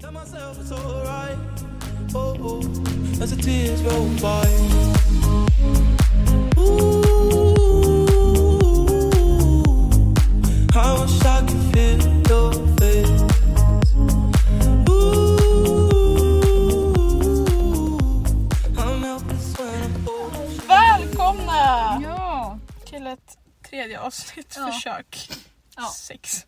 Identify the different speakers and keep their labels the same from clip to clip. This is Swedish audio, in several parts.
Speaker 1: Tell myself it's alright. Oh, oh, as the tears roll by. Ooh, I wish I could feel your face. Ooh, I'm helpless when I'm old.
Speaker 2: Välkomna
Speaker 3: Ja!
Speaker 2: till ett tredje avsnitt,
Speaker 3: Ja.
Speaker 2: försök
Speaker 3: Ja.
Speaker 2: sex.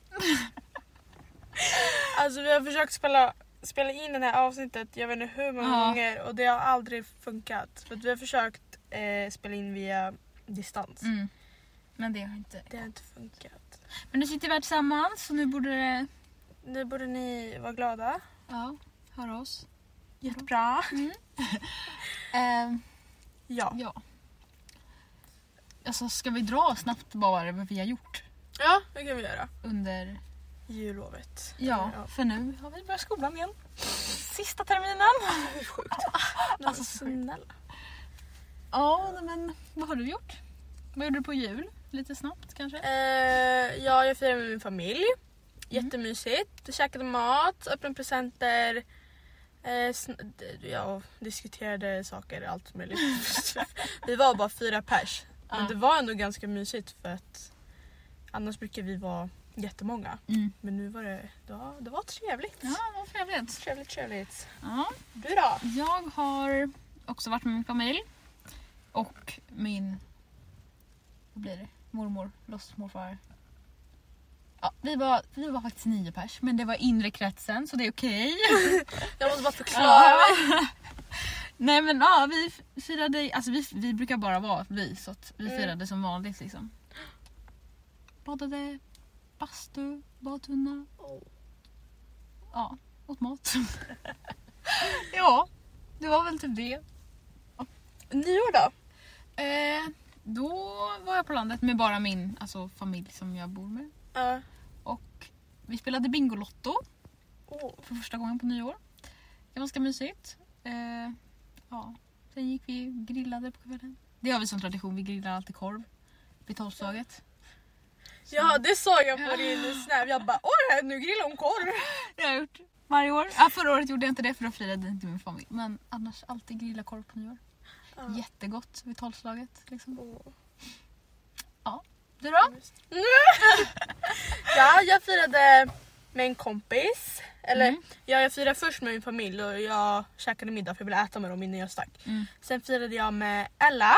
Speaker 2: alltså vi har försökt spela, spela in det här avsnittet jag vet inte hur många
Speaker 3: Ja.
Speaker 2: gånger och det har aldrig funkat. För att vi har försökt eh, spela in via distans.
Speaker 3: Mm. Men det har inte...
Speaker 2: Det har inte funkat.
Speaker 3: Men nu sitter vi här tillsammans så nu borde det...
Speaker 2: Nu borde ni vara glada.
Speaker 3: Ja, höra oss. Mm.
Speaker 2: Jättebra.
Speaker 3: Ehm,
Speaker 2: Ja.
Speaker 3: ja. Alltså ska vi dra snabbt bara vad vi har gjort
Speaker 2: Ja, det kan vi göra.
Speaker 3: under...
Speaker 2: Jullovet.
Speaker 3: Ja, för nu har vi börjat skolan igen. Sista terminen.
Speaker 2: Hur sjukt? alltså snälla.
Speaker 3: Ja, nej, men vad har du gjort? Vad gjorde du på jul? Lite snabbt kanske?
Speaker 2: Eh, ja, jag firade med min familj. Jättemysigt. Vi käkade mat, öppnade presenter. Eh, sn- d- ja, diskuterade saker, allt möjligt. vi var bara fyra pers. Men
Speaker 3: Ja.
Speaker 2: det var ändå ganska mysigt för att annars brukar vi vara jättemånga.
Speaker 3: Mm.
Speaker 2: Men nu var det, det var, det var trevligt.
Speaker 3: Ja, vad trevligt.
Speaker 2: Trevligt, trevligt.
Speaker 3: Ja.
Speaker 2: Du då?
Speaker 3: Jag har också varit med min familj och min vad blir det? mormor, låtsasmorfar. Ja, vi, var, vi var faktiskt nio pers, men det var inre kretsen så det är okej.
Speaker 2: Jag måste bara förklara mig.
Speaker 3: Nej men ja, vi f- firade, alltså vi, vi brukar bara vara vi så att vi
Speaker 2: Mm.
Speaker 3: firade som vanligt liksom. Badade, bastu, badtunna, ja, åt mat. ja, det var väl typ det.
Speaker 2: Nyår då?
Speaker 3: Eh, då var jag på landet med bara min alltså, familj som jag bor med.
Speaker 2: Ja.
Speaker 3: Och vi spelade Bingolotto
Speaker 2: oh.
Speaker 3: för första gången på nyår. Det var ganska mysigt. Eh, ja. Sen gick vi och grillade på kvällen. Det har vi som tradition, vi grillar alltid korv vid tolvslaget.
Speaker 2: Ja det såg jag på din snap. Jag bara åh nu grillar hon korv.
Speaker 3: Det har jag gjort varje år. Ja, förra året gjorde jag inte det för då firade inte min familj. Men annars alltid grilla korv på nyår.
Speaker 2: Ja.
Speaker 3: Jättegott vid tolvslaget. Liksom.
Speaker 2: Åh.
Speaker 3: Du då?
Speaker 2: Ja, jag firade med en kompis. Eller
Speaker 3: Mm.
Speaker 2: ja, jag firade först med min familj och jag käkade middag för jag ville äta med dem innan jag stack.
Speaker 3: Mm.
Speaker 2: Sen firade jag med Ella.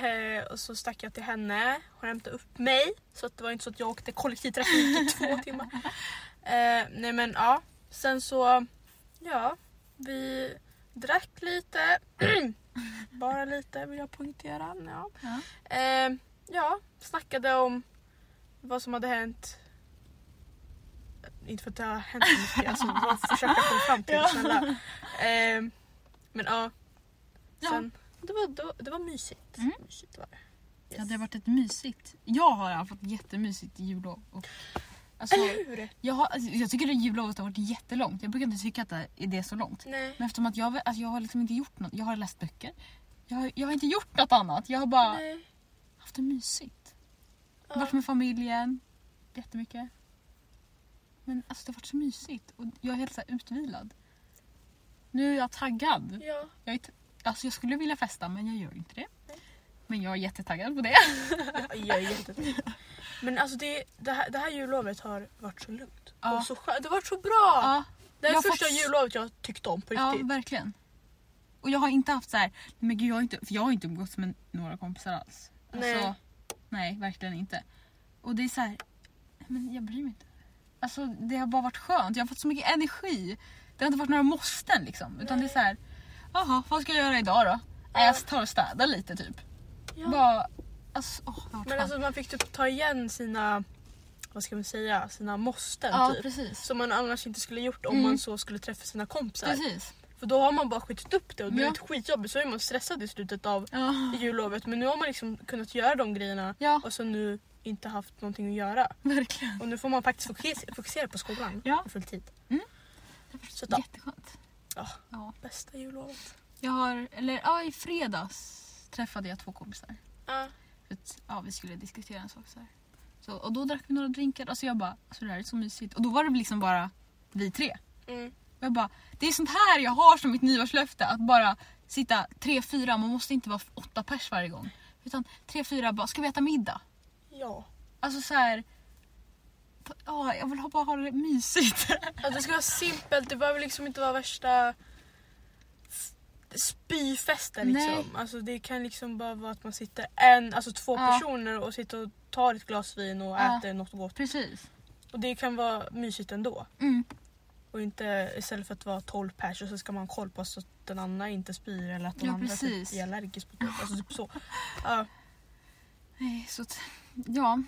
Speaker 2: Eh, och så stack jag till henne. Hon hämtade upp mig. Så att det var inte så att jag åkte kollektivtrafik i två timmar. Eh, nej men ja. Sen så, ja. Vi drack lite. Bara lite vill jag poängtera. Ja.
Speaker 3: Ja.
Speaker 2: Eh, ja, snackade om vad som hade hänt. Inte för att det har hänt så mycket, alltså vad försöker jag komma fram till?
Speaker 3: Ja.
Speaker 2: Snälla. Eh, men ja.
Speaker 3: Ja.
Speaker 2: Sen, det, var, det, var, det var mysigt.
Speaker 3: Mm.
Speaker 2: mysigt var det.
Speaker 3: Ja, det har varit ett mysigt. Jag har i alla fall ett jättemysigt jullov. Och, alltså,
Speaker 2: Eller hur?
Speaker 3: jag, har, alltså, jag tycker det jullovet har varit jättelångt. Jag brukar inte tycka att det är det är så långt.
Speaker 2: Nej.
Speaker 3: Men eftersom att jag, alltså, jag har liksom inte gjort något. Jag har läst böcker. Jag har, jag har inte gjort något annat. Jag har bara
Speaker 2: Nej.
Speaker 3: haft det mysigt.
Speaker 2: Ja.
Speaker 3: Varit med familjen jättemycket. Men alltså det har varit så mysigt och jag är helt så här, utvilad. Nu är jag taggad.
Speaker 2: Ja.
Speaker 3: Jag, är t- alltså, jag skulle vilja festa men jag gör inte det. Men jag är jättetaggad på det.
Speaker 2: Ja, Jag är jättetaggad. Men alltså det, det, här, det här jullovet har varit så lugnt.
Speaker 3: Ja.
Speaker 2: Och så skönt. Det har varit så bra!
Speaker 3: Ja.
Speaker 2: Det här är
Speaker 3: Jag har
Speaker 2: första
Speaker 3: fått-
Speaker 2: jullovet jag tyckte om på
Speaker 3: Ja,
Speaker 2: riktigt.
Speaker 3: verkligen. Och jag har inte haft så här, nej men gud jag har inte, för jag har inte umgåtts med några kompisar alls. Alltså,
Speaker 2: Nej.
Speaker 3: nej, verkligen inte. Och det är så här, nej, men jag bryr mig inte. Alltså det har bara varit skönt, jag har fått så mycket energi. Det har inte varit några måsten liksom. Utan det är så här, jaha vad ska jag göra idag då? Ja. Jag tar och städar lite typ.
Speaker 2: Ja.
Speaker 3: Bara, alltså, åh, det har varit
Speaker 2: Men
Speaker 3: skönt.
Speaker 2: alltså man fick typ ta igen sina, vad ska man säga, sina måsten
Speaker 3: ja
Speaker 2: typ.
Speaker 3: precis.
Speaker 2: Som man annars inte skulle gjort om
Speaker 3: Mm.
Speaker 2: man så skulle träffa sina kompisar.
Speaker 3: Precis.
Speaker 2: För då har man bara skjutit upp det och det är
Speaker 3: Ja.
Speaker 2: lite skitjobbigt. Så är man stressad i slutet av
Speaker 3: Ja.
Speaker 2: jullovet. Men nu har man liksom kunnat göra de grejerna
Speaker 3: ja,
Speaker 2: och så nu inte haft någonting att göra.
Speaker 3: verkligen.
Speaker 2: Och nu får man faktiskt fokusera, fokusera på skolan
Speaker 3: Ja.
Speaker 2: på full tid. Så då.
Speaker 3: Jätteskönt.
Speaker 2: Ja.
Speaker 3: ja.
Speaker 2: Bästa jullovet.
Speaker 3: Jag har, eller ja, i fredags träffade jag två kompisar.
Speaker 2: Ja.
Speaker 3: För att, ja, vi skulle diskutera en sak så här. Så, och då drack vi några drinkar. Alltså jag bara, alltså det här är så mysigt. Och då var det liksom bara vi tre.
Speaker 2: Mm.
Speaker 3: Och jag bara, det är sånt här jag har som mitt nyårslöfte. Att bara sitta tre, fyra, man måste inte vara åtta pers varje gång. Utan tre, fyra, bara ska vi äta middag?
Speaker 2: Ja.
Speaker 3: Alltså så här. Ja, jag vill ha- bara ha det mysigt.
Speaker 2: Att det ska vara simpelt, det behöver liksom inte vara värsta s- spyfesten
Speaker 3: Nej.
Speaker 2: liksom. Alltså det kan liksom bara vara att man sitter en, alltså två
Speaker 3: Ja.
Speaker 2: personer och sitter och tar ett glas vin och
Speaker 3: Ja.
Speaker 2: äter något gott.
Speaker 3: Precis.
Speaker 2: Och det kan vara mysigt ändå.
Speaker 3: Mm.
Speaker 2: Och inte istället för att vara 12 pers och så ska man ha koll på så att den andra inte spyr eller att den
Speaker 3: Ja,
Speaker 2: andra
Speaker 3: precis.
Speaker 2: typ är allergisk på typ. Alltså typ så. Ja.
Speaker 3: Nej, så att, ja.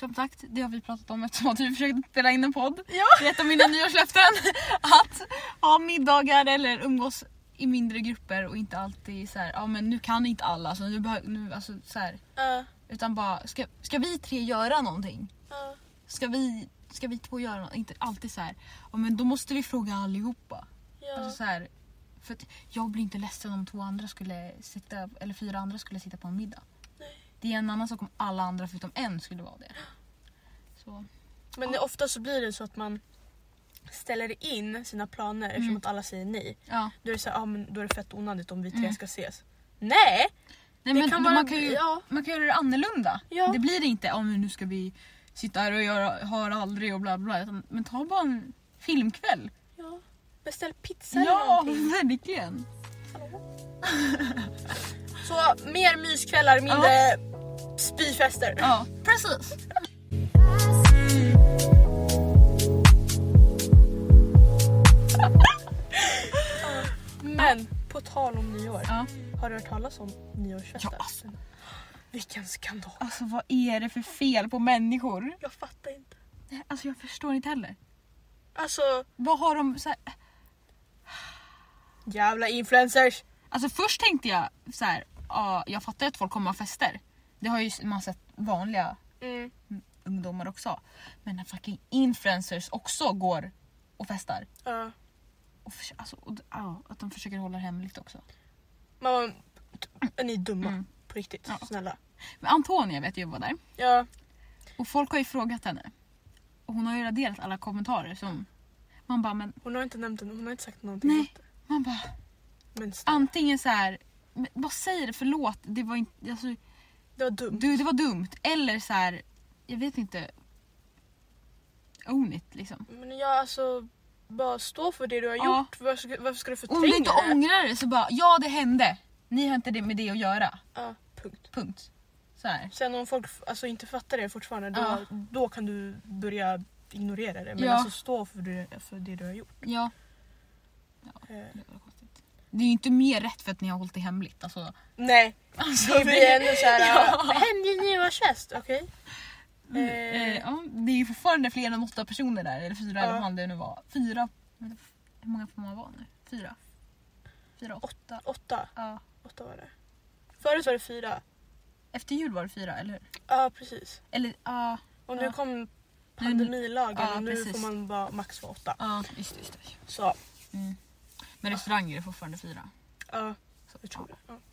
Speaker 3: Som sagt, det har vi pratat om eftersom att vi försökte spela in en podd.
Speaker 2: Ja.
Speaker 3: Det är ett av mina nyårslöften. Att ha middagar eller umgås i mindre grupper och inte alltid så här, ja men nu kan inte alla så nu behöver, nu alltså så här.
Speaker 2: Ja,
Speaker 3: Utan bara, ska, ska vi tre göra någonting?
Speaker 2: ja.
Speaker 3: Ska vi, ska vi två göra någonting? Inte alltid så här, ja men då måste vi fråga allihopa. Alltså så här, för att jag blir inte ledsen om två andra skulle sitta, eller fyra andra skulle sitta på en middag.
Speaker 2: Nej.
Speaker 3: Det är en annan sak om alla andra förutom en skulle vara det. Så,
Speaker 2: Men det, ofta så blir det så att man ställer in sina planer eftersom
Speaker 3: Mm.
Speaker 2: att alla säger nej.
Speaker 3: ja.
Speaker 2: Då är det, så här, ah, men då är det fett onödigt om vi tre
Speaker 3: Mm.
Speaker 2: ska ses. Nej!
Speaker 3: Nej,
Speaker 2: Det
Speaker 3: men
Speaker 2: kan
Speaker 3: man,
Speaker 2: vara...
Speaker 3: kan ju,
Speaker 2: ja,
Speaker 3: man kan göra det annorlunda.
Speaker 2: Ja.
Speaker 3: Det blir inte om nu ska vi sitta här och göra har aldrig och bla bla. Utan, men ta bara en filmkväll.
Speaker 2: ja. Beställ pizza eller någonting.
Speaker 3: verkligen.
Speaker 2: Så mer myskvällar, mindre spyfester.
Speaker 3: Ja, precis.
Speaker 2: Men på tal om nyår.
Speaker 3: Ja.
Speaker 2: Har du hört talas om nyårsfesten?
Speaker 3: Ja, alltså.
Speaker 2: Vilken skandal.
Speaker 3: Alltså vad är det för fel på människor?
Speaker 2: Jag fattar inte.
Speaker 3: Nej, Alltså jag förstår inte heller.
Speaker 2: Alltså
Speaker 3: Vad har de så här,
Speaker 2: jävla influencers.
Speaker 3: Alltså först tänkte jag så här, ja, jag fattar att folk kommer ha fester. Det har ju man sett vanliga
Speaker 2: Mm.
Speaker 3: ungdomar också. Men när fucking influencers också går och festar.
Speaker 2: Ja.
Speaker 3: Och förs- alltså, och, d- ja, att de försöker hålla det hemligt också.
Speaker 2: Man, ni är dumma.
Speaker 3: Mm.
Speaker 2: På riktigt.
Speaker 3: Ja.
Speaker 2: Snälla.
Speaker 3: Men Antonia vet ju var där.
Speaker 2: Ja.
Speaker 3: Och folk har ju frågat henne. Och hon har ju raderat alla kommentarer som... Man bara, men...
Speaker 2: Hon har inte nämnt den. Hon har inte sagt någonting.
Speaker 3: Nej.
Speaker 2: åt det.
Speaker 3: Man bara
Speaker 2: Men snälla.
Speaker 3: antingen så här... Men, vad säger det? Förlåt, det var inte... Alltså,
Speaker 2: Det var dumt.
Speaker 3: du, det var dumt. Eller så här... Jag vet inte. Own it liksom.
Speaker 2: Men jag alltså. Bara stå för det du har
Speaker 3: Ja.
Speaker 2: gjort. Varför, ska- varför ska du
Speaker 3: Om du inte
Speaker 2: förtränga det?
Speaker 3: ångrar det så bara, ja det hände. Ni har inte det med det att göra.
Speaker 2: Ja, punkt.
Speaker 3: Punkt. Så här.
Speaker 2: Sen om folk f- alltså, inte fattar det fortfarande. Då,
Speaker 3: Ja.
Speaker 2: då kan du börja ignorera det. Men
Speaker 3: Ja.
Speaker 2: alltså stå för det, för det du har gjort.
Speaker 3: Ja.
Speaker 2: Eh,
Speaker 3: Det är ju inte mer rätt för att ni har hållit det hemligt. Alltså,
Speaker 2: nej.
Speaker 3: alltså,
Speaker 2: Det blir ändå äh, såhär,
Speaker 3: Ja.
Speaker 2: ja. hemlig nyårsfest, okej?
Speaker 3: Eh,
Speaker 2: Eh,
Speaker 3: ja, det är ju fortfarande fler än åtta personer där. Eller fyra
Speaker 2: Ja.
Speaker 3: eller vad fan det nu var. Fyra. Hur många får man vara nu? Fyra? Fyra, åtta.
Speaker 2: åtta,
Speaker 3: Ja.
Speaker 2: åtta var det. Förut var det fyra.
Speaker 3: Efter jul var det fyra, eller hur?
Speaker 2: Ja, precis.
Speaker 3: Eller ja.
Speaker 2: Och nu
Speaker 3: Ja. Mm.
Speaker 2: kom pandemilagen
Speaker 3: Ja,
Speaker 2: och nu
Speaker 3: precis.
Speaker 2: får man bara max vara åtta.
Speaker 3: Ja, just det. Just det.
Speaker 2: Så,
Speaker 3: Mm. Men restauranger är fortfarande fyra.
Speaker 2: ja.
Speaker 3: Så,
Speaker 2: Jag tror det. Ja.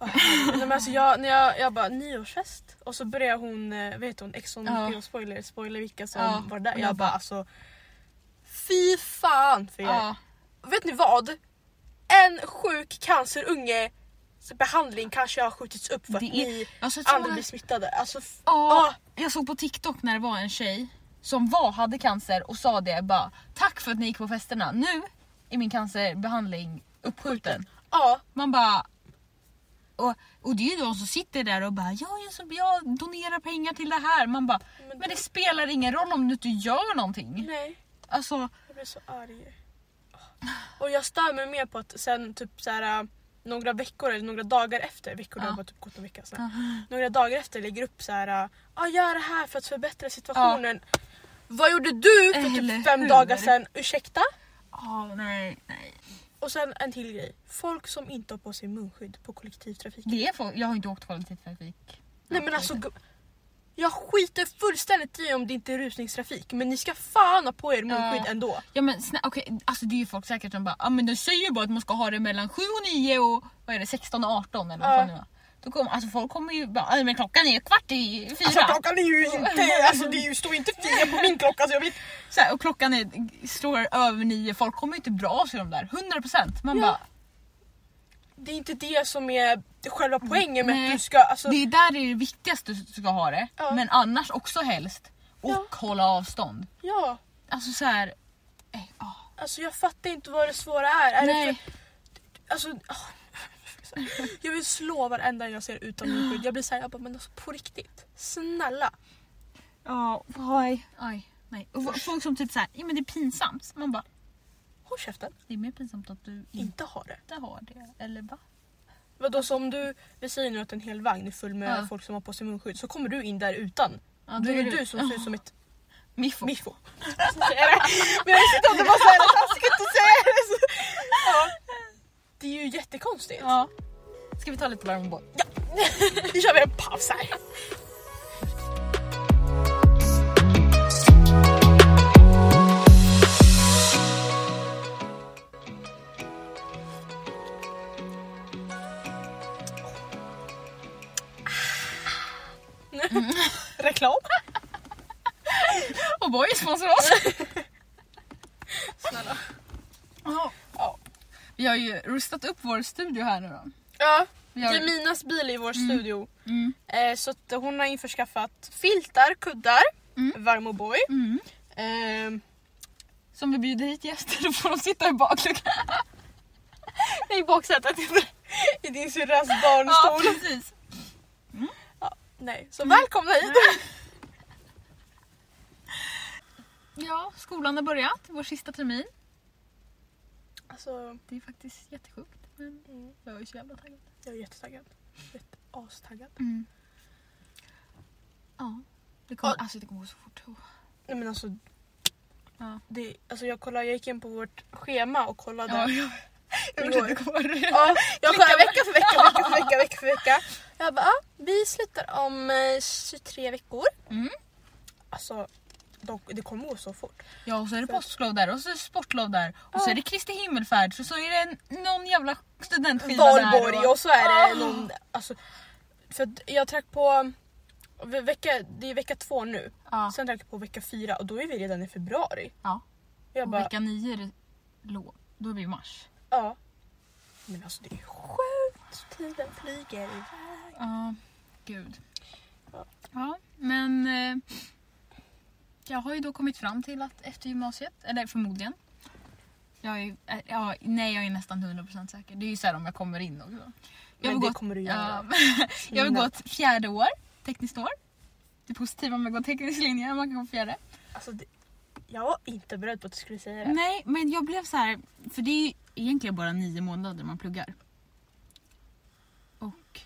Speaker 2: Ja, nej, men alltså jag, när jag, jag bara nyårsfest och så börjar hon, eh, vad heter hon, Exxon
Speaker 3: Ja.
Speaker 2: ja. spoiler, spoiler vilka som
Speaker 3: Ja,
Speaker 2: var där.
Speaker 3: och
Speaker 2: Jag
Speaker 3: jag
Speaker 2: bara
Speaker 3: bara-
Speaker 2: alltså fy fan för er.
Speaker 3: Ja.
Speaker 2: Vet ni vad? En sjuk cancerunge behandling kanske har skjutits upp för att
Speaker 3: Det är-
Speaker 2: ni
Speaker 3: Jag har sett så
Speaker 2: andra
Speaker 3: många
Speaker 2: blir smittade. Alltså, f-
Speaker 3: Ja,
Speaker 2: Ah.
Speaker 3: jag såg på TikTok när det var en tjej som var, hade cancer och sa det bara Tack för att ni gick på festerna, nu är min cancerbehandling uppskjuten.
Speaker 2: ja,
Speaker 3: Man bara... Och, och det är ju de som sitter där och bara ja, jag, så, jag donerar pengar till det här. Man bara,
Speaker 2: Men
Speaker 3: men det spelar ingen roll om du inte gör någonting.
Speaker 2: nej.
Speaker 3: Alltså,
Speaker 2: Jag blir så arg. Och jag stör mig mer på att sen typ så här, äh, några veckor eller några dagar efter, veckor det
Speaker 3: Ja.
Speaker 2: har bara typ gått en vecka sen. Några dagar efter lägger upp så här, äh, ah, gör det här för att förbättra situationen. Vad gjorde du för
Speaker 3: Eller
Speaker 2: typ fem
Speaker 3: hur?
Speaker 2: dagar sedan? Ursäkta?
Speaker 3: ah nej, nej.
Speaker 2: Och sen en till grej. Folk som inte har på sig munskydd på kollektivtrafiken.
Speaker 3: Det är folk, jag har inte åkt kollektivtrafik.
Speaker 2: Nej men alltså gu- jag skiter fullständigt i om det inte är rusningstrafik men ni ska fan ha på er munskydd
Speaker 3: Ja.
Speaker 2: ändå.
Speaker 3: Ja men snä, okej, alltså det är ju folk säkert "Ah, som bara, ja men de säger ju bara att man ska ha det mellan 7 och 9 och vad är det, 16 och 18 eller vad
Speaker 2: Ja.
Speaker 3: fan det var. Då Då kom, alltså folk kommer ju bara, "Aj, men klockan är ju kvart i fyra.
Speaker 2: Alltså klockan är ju inte, alltså det är ju, står inte fyra på min klocka så jag vet
Speaker 3: så här, och klockan är, slår över nio, folk kommer ju inte dra av sig de där. 100%. Man
Speaker 2: Ja.
Speaker 3: bara,
Speaker 2: Det är inte det som är själva poängen med
Speaker 3: Nej.
Speaker 2: att du ska, alltså,
Speaker 3: det är där det är det viktigaste du ska ha det.
Speaker 2: Ja.
Speaker 3: Men annars också helst. Och
Speaker 2: Ja.
Speaker 3: hålla avstånd.
Speaker 2: ja.
Speaker 3: Alltså så här, eh, ah.
Speaker 2: Alltså jag fattar inte vad det svåra är. är Det
Speaker 3: Nej.
Speaker 2: för, alltså, åh. jag vill slå varenda jag ser utan munskydd. Jag blir såhär, jag bara, men alltså på riktigt. Snälla.
Speaker 3: Ja, aj. aj. Nej. Och folk som typ såhär, ja men det är pinsamt. Man bara,
Speaker 2: Håll käften.
Speaker 3: det är mer pinsamt att
Speaker 2: Mm.
Speaker 3: du inte
Speaker 2: Inte ha det.
Speaker 3: har det. Eller va?
Speaker 2: Vadå så om du, vi säger nu att en hel vagn är full med
Speaker 3: Ja.
Speaker 2: folk som har på sig munskydd så kommer du in där utan. då är det du som ser ut som ett
Speaker 3: Miffo.
Speaker 2: miffo. men jag sitter inte bara såhär, jag ska inte säga det. Så. Ja. Det är ju jättekonstigt.
Speaker 3: Ja. Ska vi ta lite larmboll?
Speaker 2: Nu kör vi en paus här. Mm. Reklam.
Speaker 3: Och boy sponsrar oss.
Speaker 2: Snälla.
Speaker 3: Ja.
Speaker 2: Ja.
Speaker 3: Vi har ju rustat upp vår studio här nu då.
Speaker 2: Ja,
Speaker 3: Vi
Speaker 2: det
Speaker 3: har...
Speaker 2: är Minas bil i vår studio.
Speaker 3: Mm.
Speaker 2: Eh, så att hon har införskaffat filtar, kuddar,
Speaker 3: Mm.
Speaker 2: varm och boj.
Speaker 3: Mm.
Speaker 2: Ehm,
Speaker 3: Som vi bjuder hit gäster då får de sitta i bakluckan.
Speaker 2: I baksätet. I din syrras
Speaker 3: Ja
Speaker 2: barnstol.
Speaker 3: precis.
Speaker 2: Nej, så
Speaker 3: Mm.
Speaker 2: välkomna hit!
Speaker 3: Ja, skolan har börjat. Vår sista termin.
Speaker 2: Alltså,
Speaker 3: Det är faktiskt jättesjukt. Men
Speaker 2: mm,
Speaker 3: jag är så jävla taggad.
Speaker 2: jag är jättetaggad. Jätte- Astaggad.
Speaker 3: Mm. Ja. Det kommer,
Speaker 2: Ja.
Speaker 3: Alltså det kommer gå så fort. Oh.
Speaker 2: Nej men alltså,
Speaker 3: Ja.
Speaker 2: det, alltså jag, kollade, jag gick in på vårt schema och kollade.
Speaker 3: Ja, jag vet inte hur det går.
Speaker 2: Ja, jag
Speaker 3: Klicka.
Speaker 2: kollar vecka för vecka, vecka för vecka, vecka för vecka. Jag bara, ah, vi slutar om eh, 23 veckor.
Speaker 3: Mm.
Speaker 2: Alltså, de, det kommer gå så fort.
Speaker 3: Ja, och så är det påsklov där och så är det sportlov där och så
Speaker 2: Ja.
Speaker 3: är det Kristi himmelfärd så, så är det en- någon jävla studentskiva där.
Speaker 2: Valborg och så är det
Speaker 3: Ah.
Speaker 2: någon... Alltså, för att jag track på... ve- Vecka, det är vecka två nu,
Speaker 3: Ja.
Speaker 2: sen track jag på vecka fyra och då är vi redan i februari.
Speaker 3: Ja.
Speaker 2: Jag
Speaker 3: Och
Speaker 2: bara,
Speaker 3: vecka nio är det lov. Då är vi i mars.
Speaker 2: ja. Men alltså det är sjukt, tiden flyger iväg.
Speaker 3: Ja, gud.
Speaker 2: Ja.
Speaker 3: Ja, men eh, jag har ju då kommit fram till att efter gymnasiet, eller förmodligen. Jag är, ju- eh, ja, nej, jag är nästan 100% säker. Det är ju så här om jag kommer in också. Jag
Speaker 2: Men
Speaker 3: vill
Speaker 2: det
Speaker 3: gå-
Speaker 2: kommer du
Speaker 3: Ja,
Speaker 2: göra.
Speaker 3: jag vill gå ett fjärde år, tekniskt år. Det positiva med att gå teknisk linje är att man kan gå fjärde.
Speaker 2: Alltså, det, jag var inte beredd på att du skulle säga det.
Speaker 3: Nej, men jag blev så här, för det är ju egentligen bara nio månader man pluggar. Och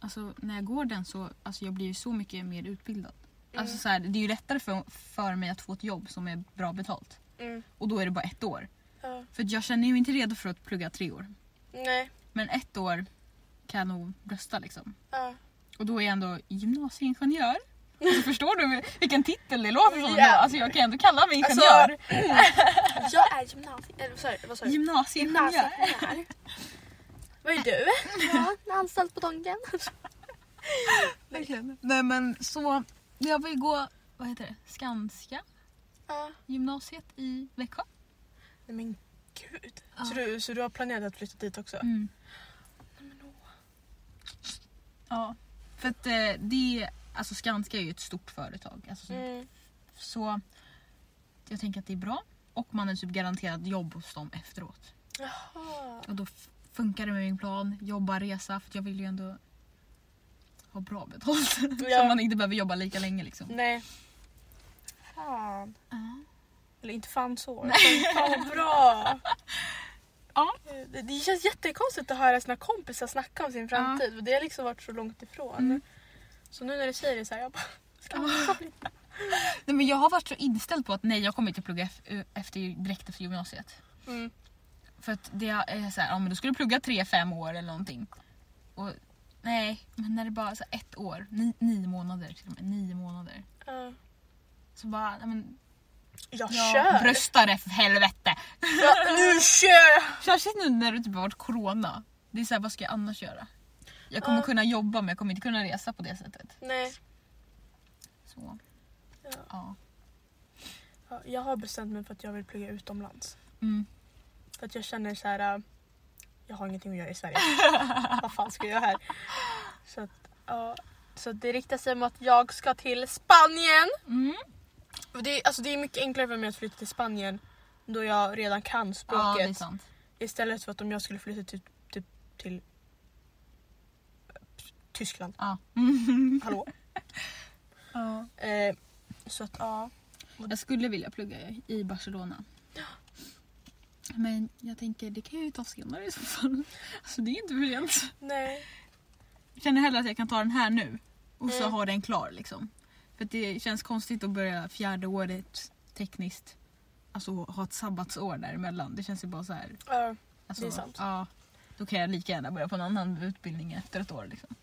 Speaker 3: alltså, när jag går den så alltså, jag blir jag så mycket mer utbildad. Alltså, så här, det är ju lättare för, för mig att få ett jobb som är bra betalt.
Speaker 2: Mm.
Speaker 3: Och då är det bara ett år.
Speaker 2: Ja.
Speaker 3: För att jag känner ju inte redo för att plugga tre år.
Speaker 2: Nej.
Speaker 3: Men ett år kan jag nog brösta liksom.
Speaker 2: Ja.
Speaker 3: Och då är jag ändå gymnasieingenjör. Så förstår du vilken titel det låter som?
Speaker 2: Ja.
Speaker 3: Alltså jag kan ändå kalla mig ingenjör.
Speaker 2: Jag är gymnasie... Eller sorry, vad sa du?
Speaker 3: Gymnasieingenjör.
Speaker 2: Gymnasieingenjör. Vad är du? Ja, anställd på Donken.
Speaker 3: Verkligen. Nej men så, jag vill gå, vad heter det, Skanska
Speaker 2: Ja.
Speaker 3: gymnasiet i Växjö.
Speaker 2: Nej men gud.
Speaker 3: Ja.
Speaker 2: Så, du, så du har planerat att flytta dit också?
Speaker 3: Mm. Ja, för att eh, det, alltså Skanska är ju ett stort företag. Alltså, som-
Speaker 2: Mm.
Speaker 3: Så jag tänker att det är bra och man är typ garanterad jobb hos dem efteråt.
Speaker 2: Jaha.
Speaker 3: Och då f- funkar det med min plan, jobba, resa, för att jag vill ju ändå ha bra betalt.
Speaker 2: Ja. Mm.
Speaker 3: Så man inte behöver jobba lika länge liksom.
Speaker 2: Nej. Fan.
Speaker 3: Ja.
Speaker 2: Eller inte fan så. Fan vad bra.
Speaker 3: Ja.
Speaker 2: Det, det känns jättekonstigt att höra sina kompisar snacka om sin framtid. Och det har liksom varit så långt ifrån.
Speaker 3: Mm.
Speaker 2: Så nu när du säger det så här, jag bara... Ska
Speaker 3: Ja.
Speaker 2: man ska bli...
Speaker 3: Nej, men jag har varit så inställd på att nej, jag kommer inte plugga ef- efter, direkt efter gymnasiet.
Speaker 2: mm.
Speaker 3: För att det är eh, så här, ja men då ska du plugga 3-5 år eller någonting. Och nej, men när det bara är så här ett år, ni, nio månader till och med, nio månader.
Speaker 2: Ja.
Speaker 3: Så bara, nej men
Speaker 2: Jag
Speaker 3: jag
Speaker 2: kör!
Speaker 3: bröstar det för helvete!
Speaker 2: Ja, nu kör jag!
Speaker 3: Särskilt nu när det typ har varit corona. Det är så här, vad ska jag annars göra? Jag kommer
Speaker 2: Ja.
Speaker 3: kunna jobba men jag kommer inte kunna resa på det sättet.
Speaker 2: Nej.
Speaker 3: Så,
Speaker 2: Ja.
Speaker 3: ja.
Speaker 2: Ja, Jag har bestämt mig för att jag vill plugga utomlands.
Speaker 3: Mm.
Speaker 2: För att jag känner så här. äh, Jag har ingenting att göra i Sverige. Vad fan ska jag göra här? Så att, ja. Så det riktar sig mot att jag ska till Spanien.
Speaker 3: Mm.
Speaker 2: Och Det är, alltså det är mycket enklare för mig att flytta till Spanien då jag redan kan
Speaker 3: ja, det är
Speaker 2: språket.
Speaker 3: sant.
Speaker 2: Istället för att om jag skulle flytta till, till, till Tyskland.
Speaker 3: Ja. Mm.
Speaker 2: Hallå?
Speaker 3: Ja.
Speaker 2: Eh, så att ja.
Speaker 3: Jag skulle vilja plugga i Barcelona. Men jag tänker det kan jag ju ta senare i så fall. Alltså det är inte för sent.
Speaker 2: Nej.
Speaker 3: Jag känner hellre att jag kan ta den här nu och så
Speaker 2: Mm.
Speaker 3: ha den klar liksom. För att det känns konstigt att börja fjärde året tekniskt. Alltså ha ett sabbatsår däremellan. Det känns ju bara så här.
Speaker 2: Ja.
Speaker 3: Alltså,
Speaker 2: Det är sant.
Speaker 3: Ja, då kan jag lika gärna börja på en annan utbildning efter ett år liksom.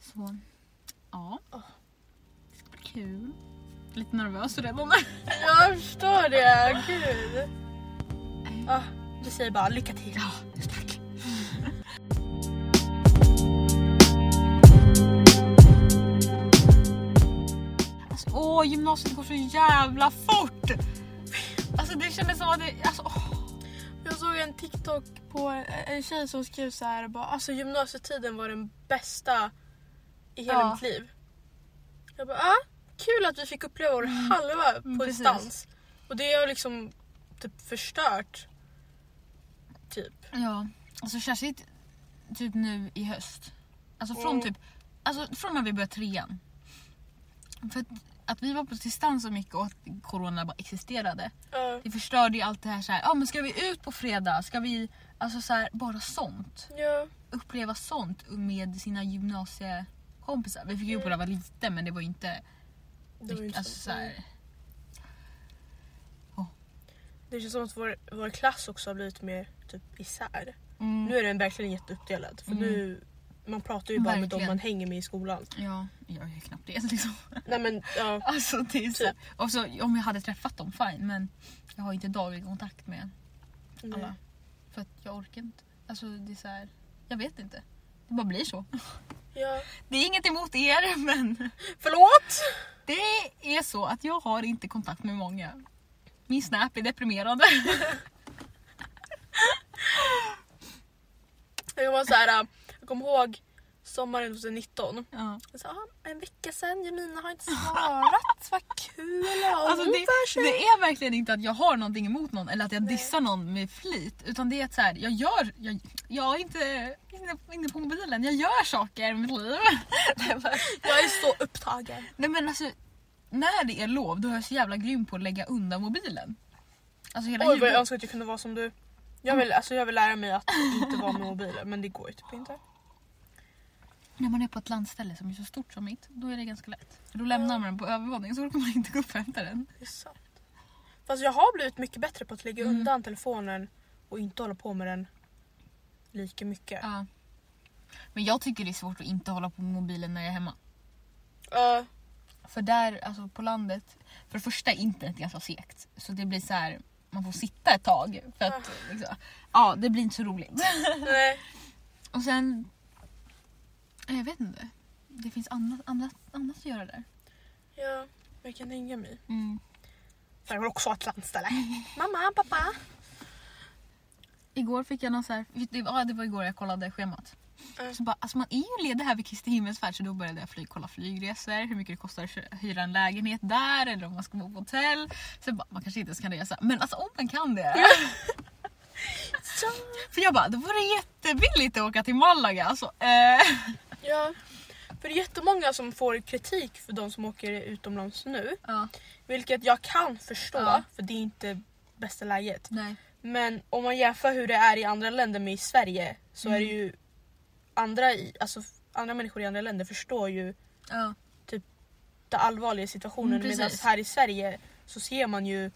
Speaker 3: Så ja.
Speaker 2: Åh.
Speaker 3: Det ska bli kul. Lite nervös redan nu.
Speaker 2: Jag förstår det, gud. Ja, vi säger bara lycka till.
Speaker 3: Ja, tack. Alltså, åh, gymnasiet går så jävla fort! Alltså det kändes som att det... Alltså, åh.
Speaker 2: Jag såg en TikTok på en, en tjej som skrev så här bara alltså gymnasietiden var den bästa i hela
Speaker 3: Ja.
Speaker 2: mitt liv. Jag bara ah, kul att vi fick uppleva vår halva på
Speaker 3: Mm, precis.
Speaker 2: distans. Och det har liksom typ förstört. Typ.
Speaker 3: Ja, alltså särskilt typ nu i höst. Alltså från
Speaker 2: Mm.
Speaker 3: typ... Alltså från när vi började trean. För att, att vi var på distans så mycket och att corona bara existerade.
Speaker 2: Ja.
Speaker 3: Det förstörde ju allt det här så här, ja ah, men ska vi ut på fredag? Ska vi... Alltså så här, bara sånt.
Speaker 2: ja.
Speaker 3: uppleva sånt med sina gymnasiekompisar. Vi fick ju uppleva lite men det var ju inte...
Speaker 2: Det, var ju inte
Speaker 3: alltså,
Speaker 2: så. Mm.
Speaker 3: så här,
Speaker 2: det känns som att vår, vår klass också har blivit mer typ isär. Nu
Speaker 3: mm,
Speaker 2: är den verkligen jätteuppdelad. För
Speaker 3: Mm.
Speaker 2: nu, man pratar ju bara med dem
Speaker 3: Verkligen.
Speaker 2: man hänger med i skolan.
Speaker 3: ja, jag gör ju knappt det liksom.
Speaker 2: Nej men ja.
Speaker 3: Alltså, det är så
Speaker 2: Typ.
Speaker 3: här, och så, om jag hade träffat dem, fine. Men jag har inte daglig kontakt med
Speaker 2: nej.
Speaker 3: alla. För att jag orkar inte. Alltså, det är så här, jag vet inte. Det bara blir så.
Speaker 2: Ja.
Speaker 3: Det är inget emot er men
Speaker 2: Förlåt!
Speaker 3: det är så att jag har inte kontakt med många. Min snap är deprimerande.
Speaker 2: Jag var så här, äh, jag kommer ihåg sommaren 2019.
Speaker 3: Ja.
Speaker 2: Jag sa, "Ah, en vecka sedan, Jemina har inte svarat. Vad kul!
Speaker 3: Alltså det,
Speaker 2: det,
Speaker 3: det är verkligen inte att jag har någonting emot någon eller att jag
Speaker 2: Nej.
Speaker 3: dissar någon med flit. Utan det är att så här, jag gör, jag, jag är inte inne, inne på mobilen, jag gör saker i mitt liv. Det är bara-
Speaker 2: jag är så upptagen.
Speaker 3: Nej men alltså, när det är lov då är jag så jävla grym på att lägga undan mobilen. Alltså hela
Speaker 2: Oj vad jag
Speaker 3: julen.
Speaker 2: önskar att jag kunde vara som du. Jag vill, alltså, jag vill lära mig att inte vara med mobilen men det går ju typ inte.
Speaker 3: När man är på ett landställe som är så stort som mitt, då är det ganska lätt. För Då lämnar man den på övervåningen så orkar man inte gå upp och hämta den.
Speaker 2: Det är sant. Fast jag har blivit mycket bättre på att lägga
Speaker 3: Mm.
Speaker 2: undan telefonen och inte hålla på med den lika mycket.
Speaker 3: Ja. Men jag tycker det är svårt att inte hålla på med mobilen när jag är hemma.
Speaker 2: Ja.
Speaker 3: För där, alltså på landet, för det första är internet ganska segt. Så det blir så här, man får sitta ett tag. För att,
Speaker 2: Ah.
Speaker 3: liksom, ja, det blir inte så roligt.
Speaker 2: nej.
Speaker 3: Och sen, eh, jag vet inte. Det finns annat, annat, annat att göra där.
Speaker 2: Ja. Men jag kan hänga mig.
Speaker 3: Mm.
Speaker 2: För jag vill också ha ett landställe. Mamma, pappa.
Speaker 3: Igår fick jag någon så här, det var, ja, det var igår jag kollade schemat.
Speaker 2: Mm.
Speaker 3: Så bara, alltså man är ju ledig här vid Kristi himmelsfärd så då började jag flyg, kolla flygresor, hur mycket det kostar att kö- hyra en lägenhet där eller om man ska bo på hotell. Så jag bara, man kanske inte ens kan resa, men alltså om man kan det. För jag bara, då var det jättebilligt att åka till Malaga. Alltså, eh.
Speaker 2: Ja. För det är jättemånga som får kritik för de som åker utomlands nu.
Speaker 3: Ja,
Speaker 2: Vilket jag kan förstå,
Speaker 3: Ja.
Speaker 2: för det är inte bästa läget.
Speaker 3: nej.
Speaker 2: Men om man jämför hur det är i andra länder med i Sverige så är
Speaker 3: Mm.
Speaker 2: det ju andra, i, alltså, andra människor i andra länder förstår ju
Speaker 3: Ja.
Speaker 2: det allvarliga i situationen.
Speaker 3: Mm, precis.
Speaker 2: Medan här i Sverige så ser man ju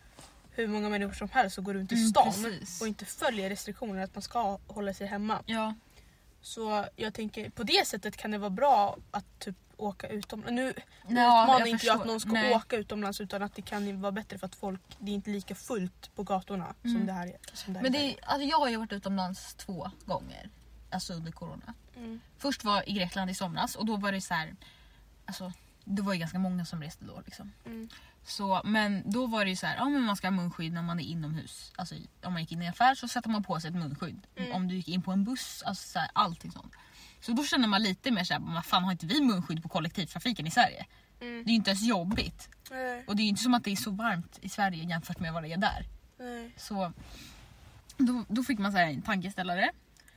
Speaker 2: hur många människor som helst som går runt i
Speaker 3: Mm,
Speaker 2: stan
Speaker 3: precis.
Speaker 2: och inte följer restriktioner att man ska hålla sig hemma.
Speaker 3: Ja.
Speaker 2: Så jag tänker på det sättet kan det vara bra att typ åka utomlands. Nu nu
Speaker 3: Ja,
Speaker 2: utmanar
Speaker 3: jag
Speaker 2: inte jag
Speaker 3: förstår.
Speaker 2: att någon ska
Speaker 3: Nej.
Speaker 2: åka utomlands utan att det kan ju vara bättre för att folk, det är inte lika fullt på gatorna som
Speaker 3: Mm.
Speaker 2: det här är. Som det här
Speaker 3: Men det,
Speaker 2: är.
Speaker 3: är- alltså jag har ju varit utomlands två gånger, alltså under corona.
Speaker 2: Mm.
Speaker 3: Först var i Grekland i somras och då var det så här, alltså det var ju ganska många som reste då liksom.
Speaker 2: Mm.
Speaker 3: Så, men då var det ju så här, ja men man ska ha munskydd när man är inomhus. Alltså i- om man gick in i en affär så satte man på sig ett munskydd.
Speaker 2: Mm.
Speaker 3: Om du gick in på en buss, alltså så här, allting sånt. Så då känner man lite mer såhär, vad fan har inte vi munskydd på kollektivtrafiken i Sverige?
Speaker 2: Mm.
Speaker 3: Det är ju inte ens jobbigt.
Speaker 2: Nej,
Speaker 3: Och det är ju inte som att det är så varmt i Sverige jämfört med vad det är där.
Speaker 2: nej.
Speaker 3: Så då, då fick man så här en tankeställare.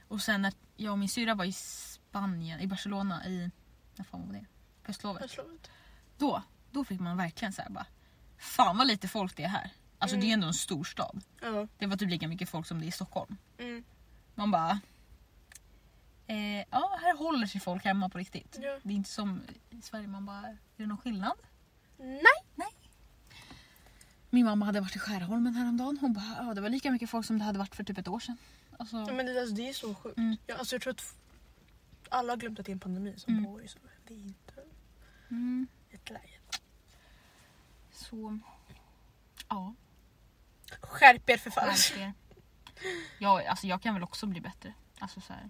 Speaker 3: Och sen när jag och min syra var i Spanien, i Barcelona i... När fan var det? På Östlovet.
Speaker 2: Förlåt.
Speaker 3: Då, då fick man verkligen så här bara... Fan vad lite folk det är här. Alltså det är ändå en stor stad.
Speaker 2: Ja.
Speaker 3: Det var typ lika mycket folk som det är i Stockholm.
Speaker 2: Mm.
Speaker 3: Man bara... Eh, ja, här håller sig folk hemma på riktigt.
Speaker 2: Ja.
Speaker 3: Det är inte som i Sverige, man bara... Är det någon skillnad?
Speaker 2: Nej.
Speaker 3: Min mamma hade varit i Skärholmen häromdagen. Hon bara, ja det var lika mycket folk som det hade varit för typ ett år sedan. Alltså,
Speaker 2: Ja, Men det, alltså, det är så sjukt.
Speaker 3: Mm.
Speaker 2: Ja, alltså, jag tror att f- alla har glömt att det är en pandemi som
Speaker 3: Mm.
Speaker 2: pågår. Liksom. Det är inte
Speaker 3: mm.
Speaker 2: ett läge.
Speaker 3: Så... Ja,
Speaker 2: Skärp er för fan.
Speaker 3: verkligen. Jag, alltså, jag kan väl också bli bättre. Alltså, så här.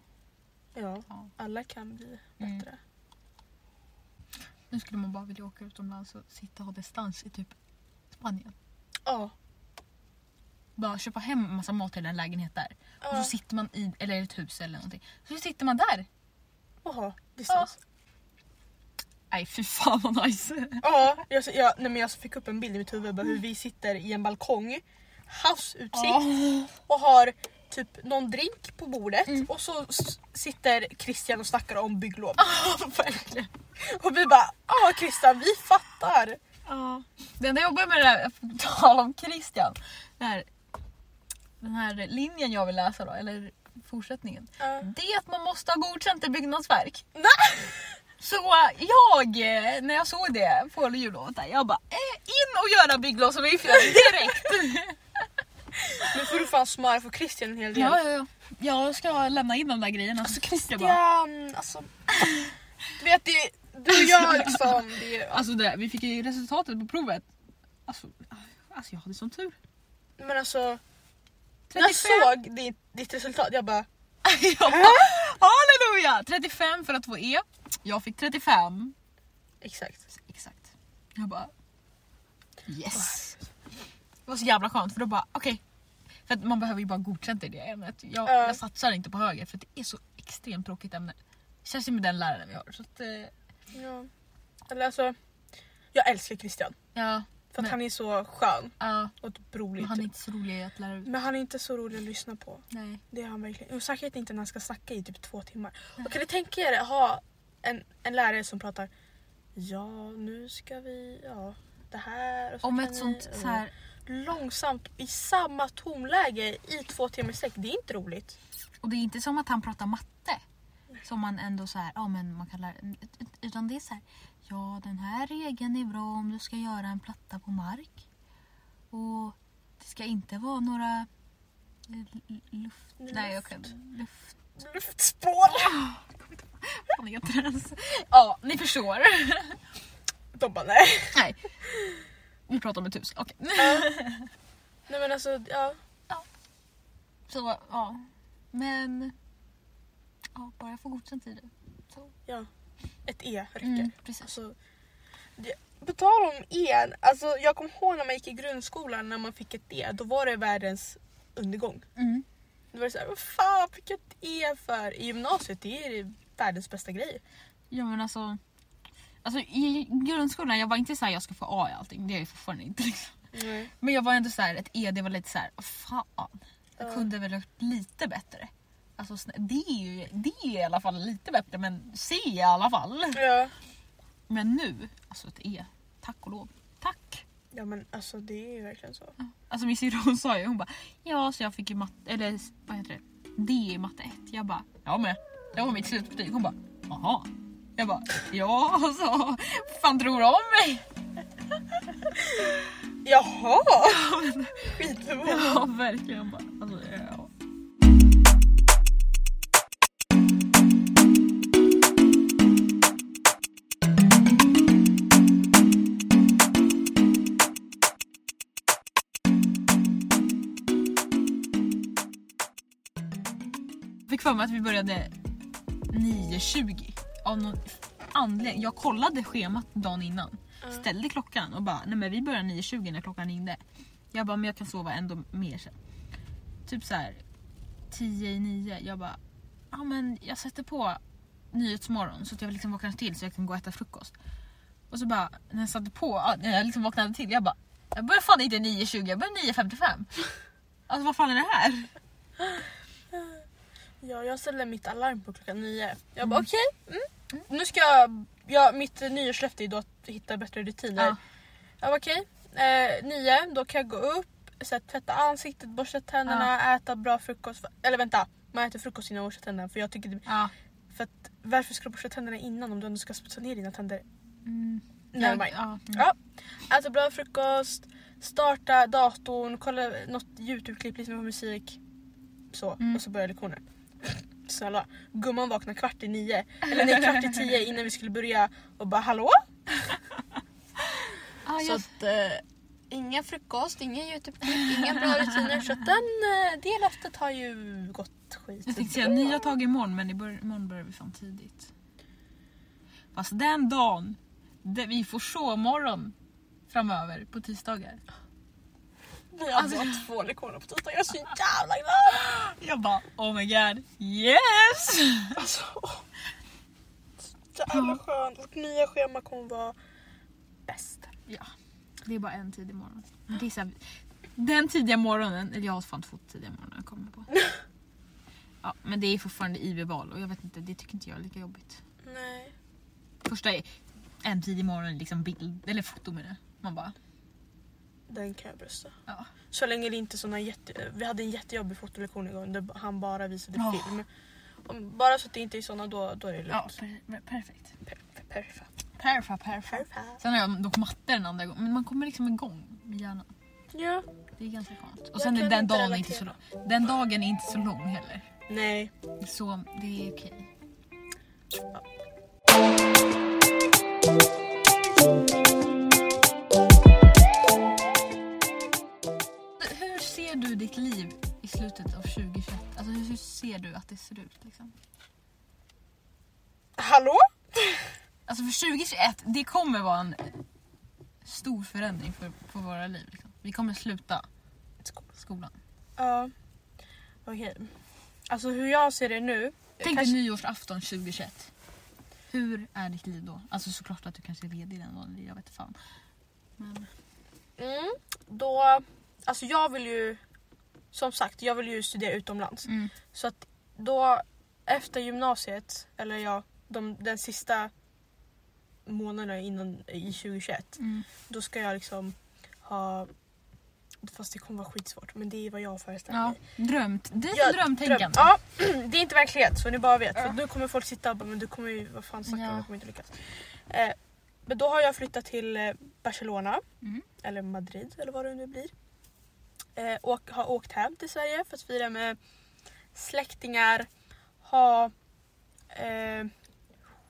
Speaker 2: Ja,
Speaker 3: Ja.
Speaker 2: alla kan bli
Speaker 3: Mm.
Speaker 2: bättre.
Speaker 3: Nu skulle man bara vilja åka utomlands och sitta och ha distans i typ Spanien.
Speaker 2: Ja.
Speaker 3: Bara köpa hem en massa mat till en lägenhet där. Och
Speaker 2: ja.
Speaker 3: så sitter man i eller ett hus eller någonting. Så sitter man där.
Speaker 2: Och ha distans.
Speaker 3: Nej fy fan vad nice.
Speaker 2: Ja, jag, jag, nej, men jag fick upp en bild i mitt huvud bara hur vi sitter i en balkong, havsutsikt
Speaker 3: Ja.
Speaker 2: och har typ någon drink på bordet
Speaker 3: Mm.
Speaker 2: och så s- sitter Christian och snackar om bygglov.
Speaker 3: Ah.
Speaker 2: och vi bara ja Christian vi fattar.
Speaker 3: Ja. Det enda jag jobbar med det här, på tal om Christian. Det här, den här linjen jag vill läsa då, eller fortsättningen. Det är att man måste ha godkänt i byggnadsverk.
Speaker 2: Nej.
Speaker 3: Så jag, eh, när jag såg det på jullovet, där, jag bara eh, in och göra bygglovsavgiften direkt.
Speaker 2: Nu får du fan smöra för Christian en hel del.
Speaker 3: ja, ja, ja. Jag ska lämna in de där grejerna. Alltså Christian bara,
Speaker 2: Christian alltså. Du vet det, du och jag liksom. Det,
Speaker 3: alltså det, vi fick ju resultatet på provet. Alltså, alltså jag hade sån tur.
Speaker 2: men alltså när jag såg ditt, ditt resultat jag bara
Speaker 3: jag bara, halleluja! 35 för att få E. Jag fick 35.
Speaker 2: exakt.
Speaker 3: Exakt. Jag bara yes. Det var så jävla skönt för då bara okej. För att man behöver ju bara godkänt i det ämnet. Jag,
Speaker 2: Ja.
Speaker 3: jag satsar inte på höger för att det är så extremt tråkigt ämne. Särskilt med den läraren vi har. Så att, eh,
Speaker 2: Ja. Eller alltså, jag älskar Christian.
Speaker 3: ja,
Speaker 2: För att
Speaker 3: Men-
Speaker 2: han är så skön
Speaker 3: ja,
Speaker 2: och typ rolig. typ.
Speaker 3: men han är inte så rolig att lära ut.
Speaker 2: Men han är inte så rolig att lyssna på.
Speaker 3: Nej.
Speaker 2: Det är han verkligen. Och särskilt inte när han ska snacka i typ två timmar. Och kan ni tänka er att ha en, en lärare som pratar Ja, nu ska vi, ja, det här och så
Speaker 3: Om
Speaker 2: kan
Speaker 3: ett
Speaker 2: vi-
Speaker 3: sånt så här,
Speaker 2: Långsamt i samma tonläge i två timmar i sträck. Det är inte roligt.
Speaker 3: och det är inte som att han pratar matte. Som man ändå så här, ja men man kan lära ut- ut- Utan det är så här, ja den här regeln är bra om du ska göra en platta på mark. Och det ska inte vara några eh, l- luft... Nej jag kan... Luft...
Speaker 2: Luftspår!
Speaker 3: Vad heter det ens? Ja, ni förstår.
Speaker 2: De bara nej.
Speaker 3: Nej. Vi pratar om ett hus, okej.
Speaker 2: Nej men alltså, ja.
Speaker 3: Så ja. Men... Ja, bara jag får godkänt i det. Så.
Speaker 2: ja. Ett E räcker.
Speaker 3: Mm, precis.
Speaker 2: Alltså, det, på tal om en, alltså jag kommer ihåg när man gick i grundskolan när man fick ett E, då var det världens undergång.
Speaker 3: Mm.
Speaker 2: Då var det såhär, vad fan fick jag ett E för? I gymnasiet, det är ju världens bästa grej.
Speaker 3: Ja men alltså, alltså i grundskolan jag var inte så här jag ska få A i allting, det är jag ju fortfarande inte. Liksom.
Speaker 2: Nej.
Speaker 3: Men jag var ändå så här, ett E det var lite så här, "Åh, fan, jag
Speaker 2: Ja.
Speaker 3: kunde väl ha gjort lite bättre. Alltså snä- det är, ju, det är ju i alla fall lite bättre men C i alla fall.
Speaker 2: Ja.
Speaker 3: Men nu, alltså ett E, tack och lov. Tack!
Speaker 2: ja men alltså det är ju verkligen så.
Speaker 3: Alltså min syrra hon sa ju, hon bara ja så jag fick ju matte, eller vad heter det, D i matte 1. Jag bara jag med, det var mitt slutbetyg. Hon bara jaha. Jag bara ja alltså, vad fan tror du om mig?
Speaker 2: Jaha! Skitförvånad.
Speaker 3: Ja, verkligen. Bara, alltså, ja. Fick för mig att vi började 9.20 av någon anledning. Jag kollade schemat dagen innan,
Speaker 2: Ja.
Speaker 3: ställde klockan och bara nej men vi börjar 9.20 när klockan ringde. Jag bara men jag kan sova ändå mer sen. Typ så här 10 i 9. Jag bara ja men jag sätter på Nyhetsmorgon så att jag liksom vaknar till så jag kan gå och äta frukost. Och så bara när jag satte på, ja, när jag liksom vaknade till, jag bara jag börjar fan inte 9.20, jag börjar 9.55. Alltså vad fan är det här?
Speaker 2: Ja, jag ställde mitt alarm på klockan nio. Jag bara okej, mm. nu ska jag... Ja, mitt eh, nyårslöfte är då att hitta bättre rutiner.
Speaker 3: Ja.
Speaker 2: Jag bara okej, eh, nio, då kan jag gå upp, så här, tvätta ansiktet, borsta tänderna, äta bra frukost. Eller vänta, man äter frukost innan man borstar tänderna. För jag tycker det,
Speaker 3: Ja.
Speaker 2: för att, varför ska du borsta tänderna innan om du ändå ska spetsa ner dina tänder?
Speaker 3: Mm.
Speaker 2: Never
Speaker 3: Jag-
Speaker 2: mind.
Speaker 3: ja. Mm.
Speaker 2: Ja, äta bra frukost, starta datorn, kolla något YouTube-klipp, lyssna på musik. Så,
Speaker 3: Mm.
Speaker 2: och så börjar lektionen. Snälla, gumman vaknar kvart i nio, eller nej kvart i tio innan vi skulle börja och bara hallå?
Speaker 3: Ah,
Speaker 2: Så
Speaker 3: jag,
Speaker 2: att, eh, inga frukost, inga YouTube-klipp, inga bra rutiner. Så att den, eh, det löftet har ju gått skit.
Speaker 3: jag tänkte säga nya tag imorgon men bör, imorgon börjar vi fan tidigt. Fast den dagen där vi får sovmorgon framöver på tisdagar.
Speaker 2: Vi har
Speaker 3: Alltså-
Speaker 2: gått två lektioner på tisdag, jag är så jävla glad!
Speaker 3: Jag bara oh my god yes!
Speaker 2: Alltså, åh. Så jävla skönt. Vårt nya schema kommer vara bäst.
Speaker 3: Ja, det är bara en tidig morgon. Men det är så här, den tidiga morgonen, eller jag har fan två tidiga morgnar jag kommer på. Ja, men det är fortfarande IB-val och jag vet inte, det tycker inte jag är lika jobbigt.
Speaker 2: Nej.
Speaker 3: Första är en tidig morgon, liksom bild, eller foto med det. Man bara,
Speaker 2: Den kan jag brösta.
Speaker 3: ja.
Speaker 2: Så länge det inte är såna jätte... Vi hade en jättejobbig fotolektion en gång där han bara visade
Speaker 3: Ja.
Speaker 2: film. Om, bara så att det inte är såna då, då är det
Speaker 3: ja
Speaker 2: lugnt.
Speaker 3: per, per, perfekt.
Speaker 2: Per- Perfa.
Speaker 3: Perfa, perfa.
Speaker 2: Perfa.
Speaker 3: Sen har jag dock matte den andra gången, men man kommer liksom igång med hjärnan.
Speaker 2: Ja.
Speaker 3: Det är ganska skönt. Och
Speaker 2: Jag
Speaker 3: sen är
Speaker 2: kan
Speaker 3: den
Speaker 2: inte
Speaker 3: dagen inte så
Speaker 2: relatera.
Speaker 3: lång. Den dagen är inte så lång heller.
Speaker 2: Nej.
Speaker 3: Så det är okej. Hur ser du ditt liv i slutet av 2021? Alltså hur ser du att det ser ut? Liksom?
Speaker 2: Hallå?
Speaker 3: Alltså för 2021, det kommer vara en stor förändring för, för våra liv. Liksom. Vi kommer sluta skolan.
Speaker 2: Ja. Okej. Alltså hur jag ser det nu.
Speaker 3: Tänk
Speaker 2: kanske-
Speaker 3: dig nyårsafton 2021. Hur är ditt liv då? Alltså såklart att du kanske är ledig den dagen, jag vet fan. Men,
Speaker 2: Mm, då, alltså jag vill ju, som sagt, jag vill ju studera utomlands.
Speaker 3: Mm.
Speaker 2: Så att då efter gymnasiet, eller ja, de, den sista månaderna innan i 2021,
Speaker 3: Mm.
Speaker 2: då ska jag liksom ha, fast det kommer vara skitsvårt, men det är vad jag föreställer
Speaker 3: ja,
Speaker 2: mig.
Speaker 3: drömt. Det är
Speaker 2: Ja,
Speaker 3: lite drömtänkande.
Speaker 2: Dröm. Ja, det är inte verklighet så ni bara vet. För nu kommer folk sitta och bara, men du kommer ju, vad fan snackar du om,
Speaker 3: Ja.
Speaker 2: jag kommer inte lyckas. Eh, men då har jag flyttat till eh, Barcelona,
Speaker 3: Mm.
Speaker 2: eller Madrid eller vad det nu blir. Eh, och har åkt hem till Sverige för att fira med släktingar, ha eh,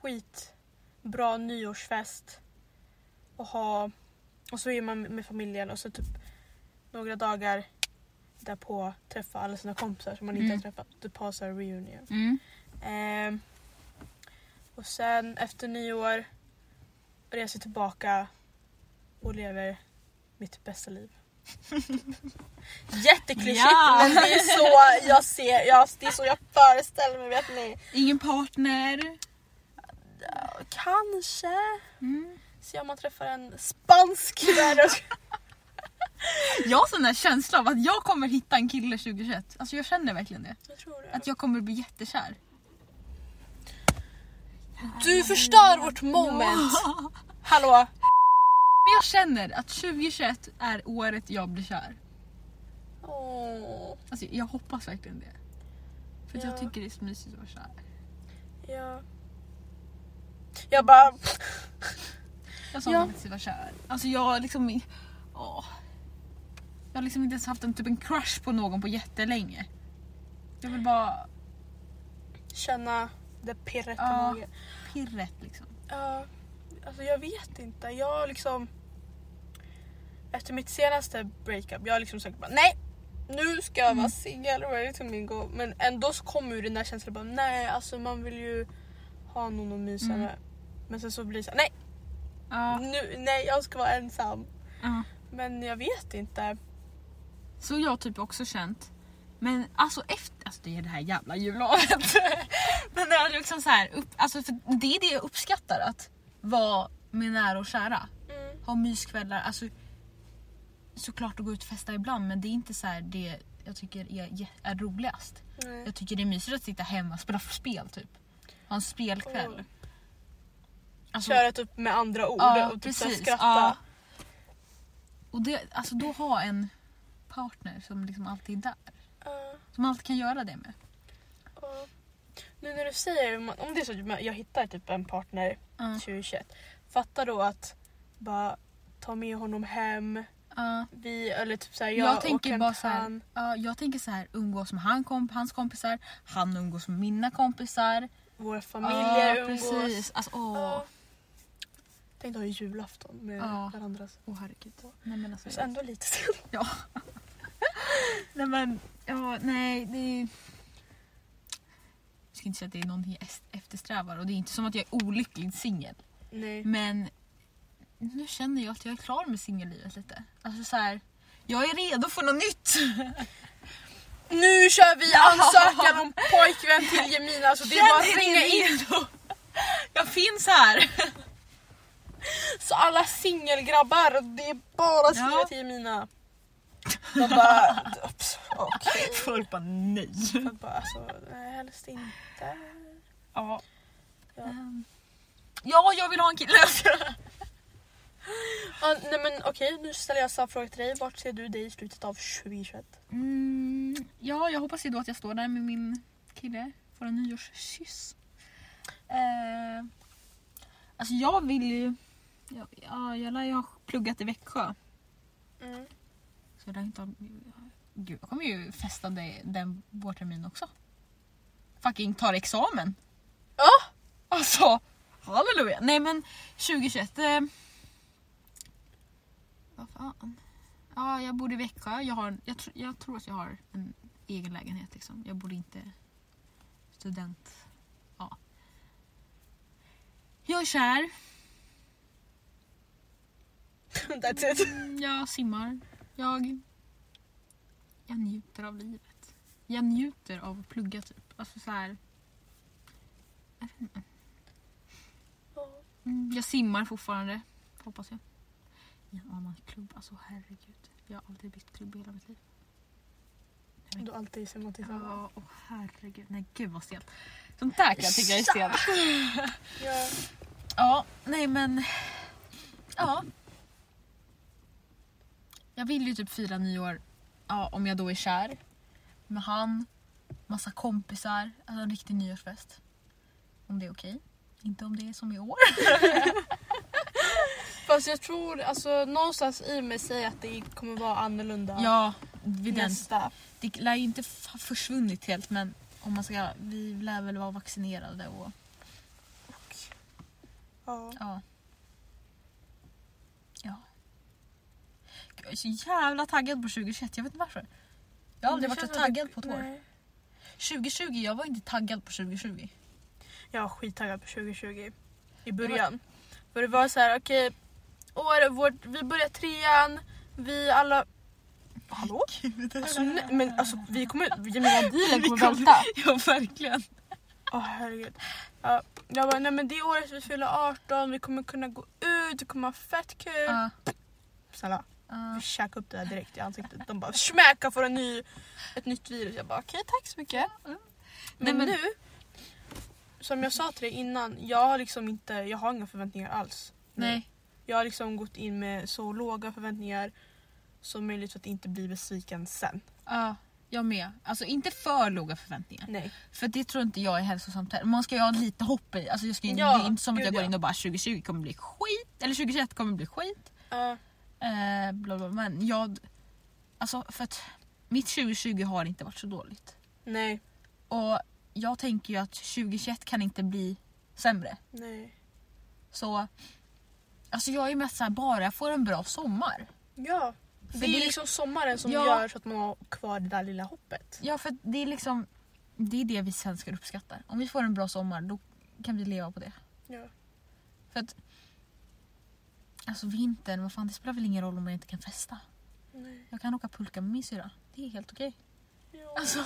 Speaker 2: skitbra nyårsfest och ha och så är man med familjen och så typ några dagar därpå träffa alla sina kompisar som man inte
Speaker 3: Mm.
Speaker 2: har träffat. Typ ha så här reunion.
Speaker 3: Mm.
Speaker 2: Ehm, och sen efter nyår reser jag tillbaka och lever mitt bästa liv. Jätteklyschigt
Speaker 3: Ja.
Speaker 2: men det är så jag ser, jag, det är så jag föreställer mig. Vet ni?
Speaker 3: Ingen partner.
Speaker 2: Ja, Kanske
Speaker 3: Mm.
Speaker 2: se om man träffar en spansk värld.
Speaker 3: Jag har sån här känsla av att jag kommer hitta en kille 2021. Alltså jag känner verkligen det.
Speaker 2: Jag tror det.
Speaker 3: Att jag kommer bli jättekär.
Speaker 2: Du förstör vårt moment.
Speaker 3: Ja.
Speaker 2: Hallå?
Speaker 3: Men jag känner att 2021 är året jag blir kär.
Speaker 2: Åh,
Speaker 3: Alltså jag hoppas verkligen det. För att
Speaker 2: Ja.
Speaker 3: jag tycker det är så mysigt att vara kär.
Speaker 2: ja. Jag bara...
Speaker 3: Jag sa ja.
Speaker 2: Ja.
Speaker 3: faktiskt att jag var kär. Alltså jag har liksom... Åh. Jag har liksom inte ens haft en, typ en crush på någon på jättelänge. Jag vill bara
Speaker 2: känna det pirret i
Speaker 3: Ja.
Speaker 2: magen.
Speaker 3: pirret liksom.
Speaker 2: Ja, alltså jag vet inte. Jag liksom... Efter mitt senaste breakup, jag har liksom sagt bara nej, nu ska jag vara
Speaker 3: Mm.
Speaker 2: singel och ready to mingle. Men ändå så kommer ju den där känslan bara nej alltså man vill ju ha någon att mysa
Speaker 3: Mm.
Speaker 2: med. Men sen så blir det så här, nej,
Speaker 3: Ja.
Speaker 2: nu, nej jag ska vara ensam.
Speaker 3: ja.
Speaker 2: Men jag vet inte.
Speaker 3: Så jag har typ också känt. Men alltså efter, alltså det är det här jävla jullovet. Men det är liksom så här, upp, alltså för det är det jag uppskattar att vara med nära och kära.
Speaker 2: Mm.
Speaker 3: Ha myskvällar, alltså såklart att gå ut och festa ibland men det är inte så här det jag tycker är, jä- är roligast.
Speaker 2: Nej.
Speaker 3: Jag tycker det är mysigt att sitta hemma och spela spel typ. Ha en spelkväll.
Speaker 2: Mm.
Speaker 3: Alltså-
Speaker 2: Köra typ med andra ord och typ så här skratta.
Speaker 3: ja. Och det, alltså då ha en partner som liksom alltid är där.
Speaker 2: Ja,
Speaker 3: Som man alltid kan göra det med.
Speaker 2: ja. Nu när du säger, om det är så att jag hittar typ en partner
Speaker 3: Ja.
Speaker 2: 2021. Fatta då att bara ta med honom hem.
Speaker 3: Ja.
Speaker 2: Vi, eller typ såhär,
Speaker 3: Jag,
Speaker 2: jag,
Speaker 3: tänker
Speaker 2: åker
Speaker 3: bara
Speaker 2: hem till
Speaker 3: så här,
Speaker 2: han.
Speaker 3: ja, jag tänker så här, umgås med han, komp hans kompisar, han umgås med mina kompisar.
Speaker 2: Våra familjer
Speaker 3: Ja,
Speaker 2: umgås.
Speaker 3: Precis. Alltså, åh.
Speaker 2: Ja. Tänk dig ha julafton med
Speaker 3: Ja.
Speaker 2: varandra. alltså.
Speaker 3: Åh, herregud. Nej men alltså.
Speaker 2: Fast ändå lite sen.
Speaker 3: Nej men, ja, nej det är... Jag ska inte säga att det är någonting jag es- eftersträvar och det är inte som att jag är olyckligt singel.
Speaker 2: Nej.
Speaker 3: Men nu känner jag att jag är klar med singellivet lite. Alltså så här, jag är redo för något nytt.
Speaker 2: Nu kör vi ansökan om pojkvän till Jemina så det är bara att ringa in.
Speaker 3: in. Jag finns här.
Speaker 2: Så alla singelgrabbar, det är bara att skriva
Speaker 3: Ja.
Speaker 2: till Jemina. Man bara, ups, okej.
Speaker 3: Folk bara nej.
Speaker 2: Man bara, alltså, nej helst inte.
Speaker 3: Ja.
Speaker 2: Ja.
Speaker 3: Ehm, Ja, jag vill ha en kille.
Speaker 2: Ja, nej men okej, nu ställer jag samma fråga till dig. Vart ser du dig i slutet av 2021?
Speaker 3: Mm, ja, jag hoppas ju då att jag står där med min kille. Får en nyårskyss. Eh, alltså jag vill ju... Jag, ja, jag lär ju ha pluggat i Växjö.
Speaker 2: Mm.
Speaker 3: Så jag lär inte ha, Gud, jag kommer ju festa det, den vårterminen också. Fucking tar examen.
Speaker 2: Ja!
Speaker 3: Alltså, halleluja. Nej men 2021. Eh, vad fan. Ja, jag bor i Växjö. Jag, har, jag, tr- jag tror att jag har en egen lägenhet. Liksom. Jag bor inte student. Ja. Jag är kär.
Speaker 2: That's it.
Speaker 3: Mm, Jag simmar. Jag, jag njuter av livet. Jag njuter av att plugga typ. Alltså så här, mm, jag simmar fortfarande. Hoppas jag. I en annan klubb. Alltså herregud. Jag har aldrig bytt klubb i hela mitt liv.
Speaker 2: Du har alltid ser något tillsammans.
Speaker 3: Ja, åh herregud. Nej gud vad stelt. Sånt där kan jag tycka är stelt.
Speaker 2: Ja.
Speaker 3: Ja, nej men... Ja. Jag vill ju typ fira nyår ja, om jag då är kär. Med han, massa kompisar, alltså en riktig nyårsfest. Om det är okej. Inte om det är som i år.
Speaker 2: Fast jag tror, alltså någonstans i mig säger att det kommer vara annorlunda
Speaker 3: Ja, vid den.
Speaker 2: nästa.
Speaker 3: Det lär ju inte ha försvunnit helt men om man ska, vi lär väl vara vaccinerade och
Speaker 2: Ja.
Speaker 3: ja. Ja. Gud, Jag är så jävla taggad på 2021, jag vet inte varför. Jag har aldrig
Speaker 2: Det
Speaker 3: varit så
Speaker 2: känns som
Speaker 3: taggad
Speaker 2: det-
Speaker 3: på ett år.
Speaker 2: Nej.
Speaker 3: 2020, jag var inte taggad på 2020.
Speaker 2: Jag var skittaggad på 2020 i början. För det var så här, okej, år, vårt, vi börjar trean, vi alla... Hallå? Alltså, nej, men alltså vi kommer, Jemina dealen
Speaker 3: Vi
Speaker 2: kommer
Speaker 3: kommer-
Speaker 2: välta.
Speaker 3: Ja, verkligen.
Speaker 2: Åh herregud. Ja, jag bara, nej men det året vi fyller 18, vi kommer kunna gå ut, det kommer ha fett kul.
Speaker 3: Ja,
Speaker 2: Snälla,
Speaker 3: ja.
Speaker 2: vi käkade upp det där direkt i ansiktet. De bara smäka för en ny, ett nytt virus. Jag bara okej tack så mycket. Men,
Speaker 3: Nej, men-
Speaker 2: nu, som jag sa till dig innan, jag har liksom inte, jag har inga förväntningar alls. nu.
Speaker 3: Nej.
Speaker 2: Jag har liksom gått in med så låga förväntningar som möjligt för att inte bli besviken sen.
Speaker 3: Ja, jag med. Alltså inte för låga förväntningar.
Speaker 2: Nej.
Speaker 3: För det tror inte jag är hälsosamt heller. Man ska ju ha lite hopp i. Alltså jag ska, ju-
Speaker 2: Ja,
Speaker 3: det är inte som att
Speaker 2: gud,
Speaker 3: jag går
Speaker 2: ja.
Speaker 3: in och bara 2020 kommer bli skit. Eller 2021 kommer bli skit.
Speaker 2: Ja.
Speaker 3: Eh, bla bla, men jag... Alltså för att mitt 2020 har inte varit så dåligt.
Speaker 2: nej,
Speaker 3: Och jag tänker ju att 2021 kan inte bli sämre.
Speaker 2: nej.
Speaker 3: Så... Alltså jag är mest såhär, bara jag får en bra sommar.
Speaker 2: Ja, Det är liksom sommaren som
Speaker 3: Ja.
Speaker 2: gör så att man har kvar det där lilla hoppet.
Speaker 3: Ja, för det är liksom det, är det vi svenskar uppskattar. Om vi får en bra sommar då kan vi leva på det.
Speaker 2: Ja.
Speaker 3: För att Alltså vintern, vad fan det spelar väl ingen roll om jag inte kan festa.
Speaker 2: Nej.
Speaker 3: Jag kan åka pulka med min syrra. Det är helt okej.
Speaker 2: Ja. Alltså,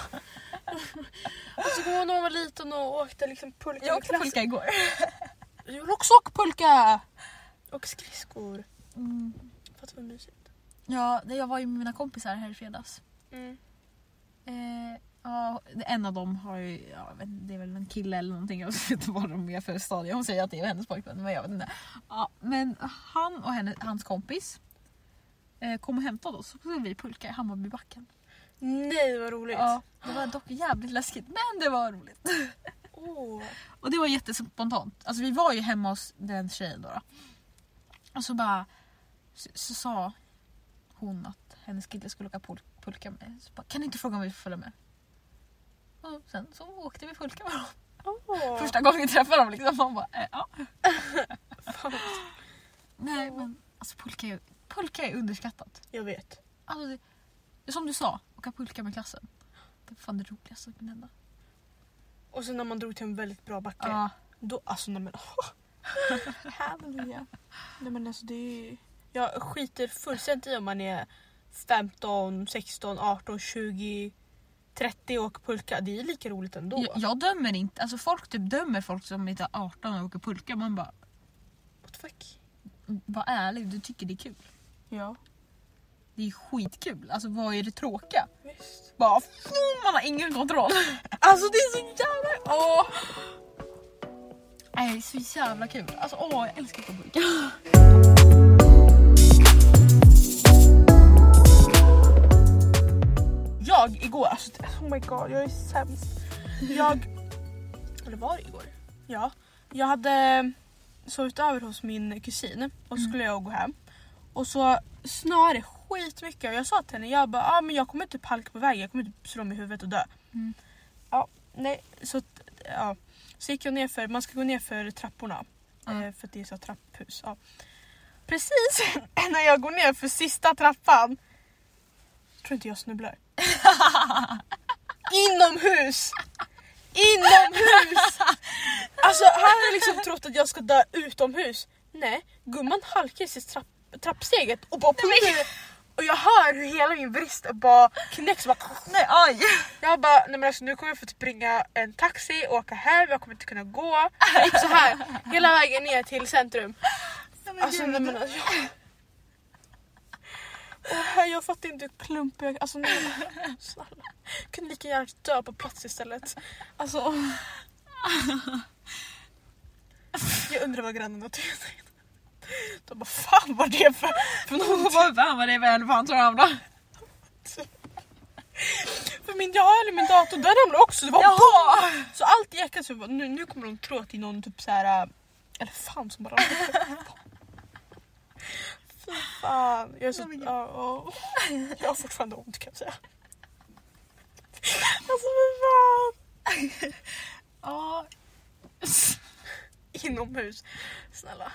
Speaker 2: alltså kommer jag ihåg när man var liten och åkte liksom pulka med klassen.
Speaker 3: igår.
Speaker 2: Jag vill också
Speaker 3: Sock pulka!
Speaker 2: Och skridskor. Fattar vad mysigt.
Speaker 3: Mm, Ja, det- jag var ju med mina kompisar här i fredags.
Speaker 2: Mm.
Speaker 3: Eh, ja, en av dem har ju, ja, jag vet inte, det är väl en kille eller någonting, jag vet inte vad de är för stadie. Hon säger att det är hennes pojkvän men jag vet inte. Ja, men han och henne, hans kompis eh, kom och hämtade oss och så skulle vi pulka i Hammarbybacken.
Speaker 2: Nej vad roligt.
Speaker 3: Ja, det var dock jävligt läskigt men det var roligt.
Speaker 2: Åh.
Speaker 3: Och det var jättespontant. Alltså vi var ju hemma hos den tjejen då. då. Och så bara så, så sa hon att hennes kille skulle åka pul pulka med. Så bara, kan du inte fråga om vi får följa med? Och sen så åkte vi pulka med dem.
Speaker 2: Åh.
Speaker 3: Första gången vi träffade dem liksom. Man bara, eh, ja.
Speaker 2: Fan.
Speaker 3: Nej men alltså pulka är, pulka är underskattat.
Speaker 2: Jag vet.
Speaker 3: Alltså, det, som du sa, åka pulka med klassen. Det är fan det roligaste som kan hända.
Speaker 2: Och sen när man drog till en väldigt bra backe.
Speaker 3: Ja.
Speaker 2: Då, alltså nej men åh. Halleluja. Nej men alltså det är ju... Jag skiter fullständigt i om man är 15, 16, 18, 20, 30 och åker pulka. Det är lika roligt ändå.
Speaker 3: Jag, jag dömer inte, alltså folk typ dömer folk som inte är 18 och åker pulka. Man bara,
Speaker 2: What the fuck?
Speaker 3: var ärlig, du tycker det är kul.
Speaker 2: Ja.
Speaker 3: Det är skitkul. Alltså vad är det tråkiga?
Speaker 2: Visst.
Speaker 3: Bara pff, man har ingen kontroll.
Speaker 2: Alltså det är så jävla... Åh.
Speaker 3: Nej, det är så jävla kul. Alltså åh, jag älskar pulka.
Speaker 2: Jag igår, alltså det- oh my god jag är sämst. Jag, eller var det igår? Ja. Jag hade sovit över hos min kusin och
Speaker 3: Mm.
Speaker 2: så skulle jag gå hem. Och så snöade det skitmycket och jag sa till henne, jag bara ah, men jag kommer typ halka på vägen, jag kommer typ slå mig i huvudet och dö.
Speaker 3: Mm.
Speaker 2: Ja, nej, så, att, ja. så gick jag ner för, man ska gå ner för trapporna.
Speaker 3: Ja.
Speaker 2: Eh, för att det är så här trapphus. Ja. Precis när jag går ner för sista trappan tror inte jag snubblar. Inomhus! Inomhus! Alltså han har liksom trott att jag ska dö utomhus. Nej, gumman halkar i sitt trapp- trappsteget och bara plockar Och jag hör hur hela min vrist bara knäcks. och Bara...
Speaker 3: Nej, aj.
Speaker 2: Jag bara, nej men alltså nu kommer jag få springa en taxi och åka hem, jag kommer inte kunna gå. Jag gick så här hela vägen ner till centrum. Alltså nej men alltså, jag... Åh, här, jag fattar inte hur klumpig jag... Alltså nej, men, snälla. Jag kunde lika gärna dö på plats istället. Alltså... åh. Jag undrar vad grannarna tyckte. De bara fan vad det för, för någonting.
Speaker 3: Vad fan var det väl fan tror jag då?
Speaker 2: För min, jag har min dator, den ramlade också. Det var
Speaker 3: Jaha!
Speaker 2: Så allt i eckat så bara, nu, nu kommer de tro att det är någon typ så här elefant som bara Fy fan. Jag, är så,
Speaker 3: Nej, men gud.
Speaker 2: ja, ja. jag har fortfarande ont kan jag säga. Alltså fy fan.
Speaker 3: Ja.
Speaker 2: Inomhus. Snälla.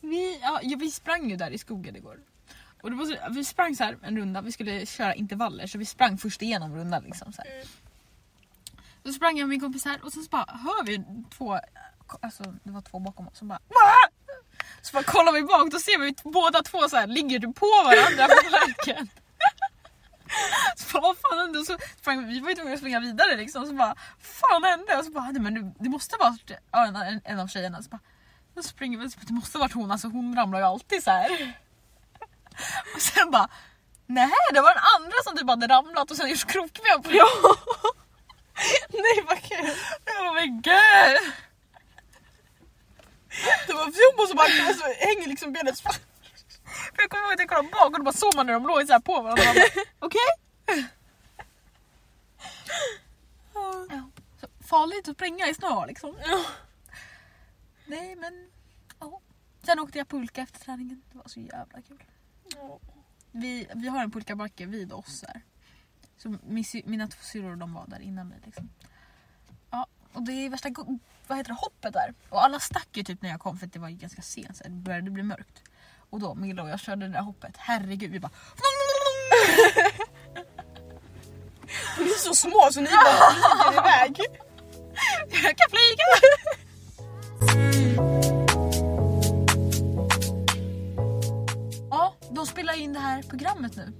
Speaker 3: Vi, ja, ja, vi sprang ju där i skogen igår. Och det var så, vi sprang så här en runda, vi skulle köra intervaller så vi sprang först igenom rundan. Liksom, så, här.
Speaker 2: Mm.
Speaker 3: så sprang jag med min kompis här och sen så bara hör vi två, alltså det var två bakom oss som bara "Va?" Så bara kollar vi bak då ser vi t- båda två så här, ligger typ på varandra på marken. Så bara, vad fan hände? Och så sprang, vi var ju tvungna att springa vidare liksom. Så bara, fan hände? Och så bara, nej men det, det måste vara ja, en, en, en av tjejerna. Så bara, då springer vi, det måste ha varit hon, alltså hon ramlar ju alltid så här. Och sen bara, nej det var den andra som typ hade ramlat och sen gjort krokben på ja.
Speaker 2: Nej vad kul.
Speaker 3: Oh my god!
Speaker 2: Det var fjumbo som bara alltså, hänger liksom benet. så-
Speaker 3: För jag kommer ihåg att jag kollade bak och då bara såg man när de låg så här på varandra. Man bara, Okej? Ja. Så Farligt att springa i snö liksom.
Speaker 2: Ja.
Speaker 3: Nej men, ja. Sen åkte jag pulka efter träningen, det var så jävla kul. vi, vi har en pulkabacke vid oss här. Så min, sy- mina två syrror de var där innan mig. Liksom. Ja, och det är värsta go- vad heter det, hoppet där. Och alla stack ju typ när jag kom för att det var ju ganska sent så här, det började bli mörkt. och då Milla och jag körde det där hoppet. Herregud, vi bara...
Speaker 2: Ni är så små så ni bara flyger iväg.
Speaker 3: Jag kan flyga! Ja, de spelar in det här programmet nu.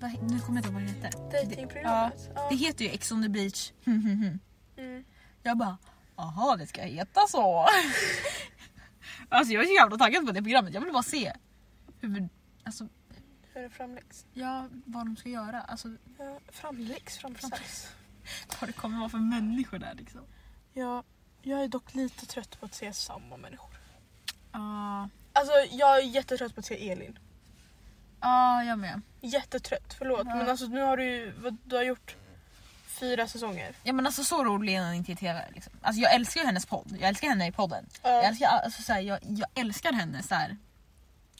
Speaker 3: Vad he- Nu kommer jag inte ihåg vad det heter.
Speaker 2: typ- Dejtingprogrammet.
Speaker 3: Ja,
Speaker 2: Ja.
Speaker 3: det heter ju Ex on the beach. Hmm,
Speaker 2: Mm.
Speaker 3: Jag bara, jaha det ska heta så. alltså jag är så jävla taggad på det programmet. Jag vill bara se hur, alltså,
Speaker 2: Hur är det framläggs?
Speaker 3: ja, vad de ska göra. Alltså
Speaker 2: Ja, framläggs? Framläggs?
Speaker 3: vad det kommer vara för människor där liksom.
Speaker 2: Ja, jag är dock lite trött på att se samma människor.
Speaker 3: Ja,
Speaker 2: Alltså jag är jättetrött på att se Elin.
Speaker 3: ja jag med.
Speaker 2: Jättetrött, förlåt.
Speaker 3: Ja.
Speaker 2: Men alltså nu har du ju, vad- du har gjort fyra säsonger.
Speaker 3: Ja men alltså så rolig är hon inte i tv. Liksom. Alltså jag älskar ju hennes podd. Jag älskar henne i podden. Jag älskar, alltså, så här, jag, jag älskar henne så här,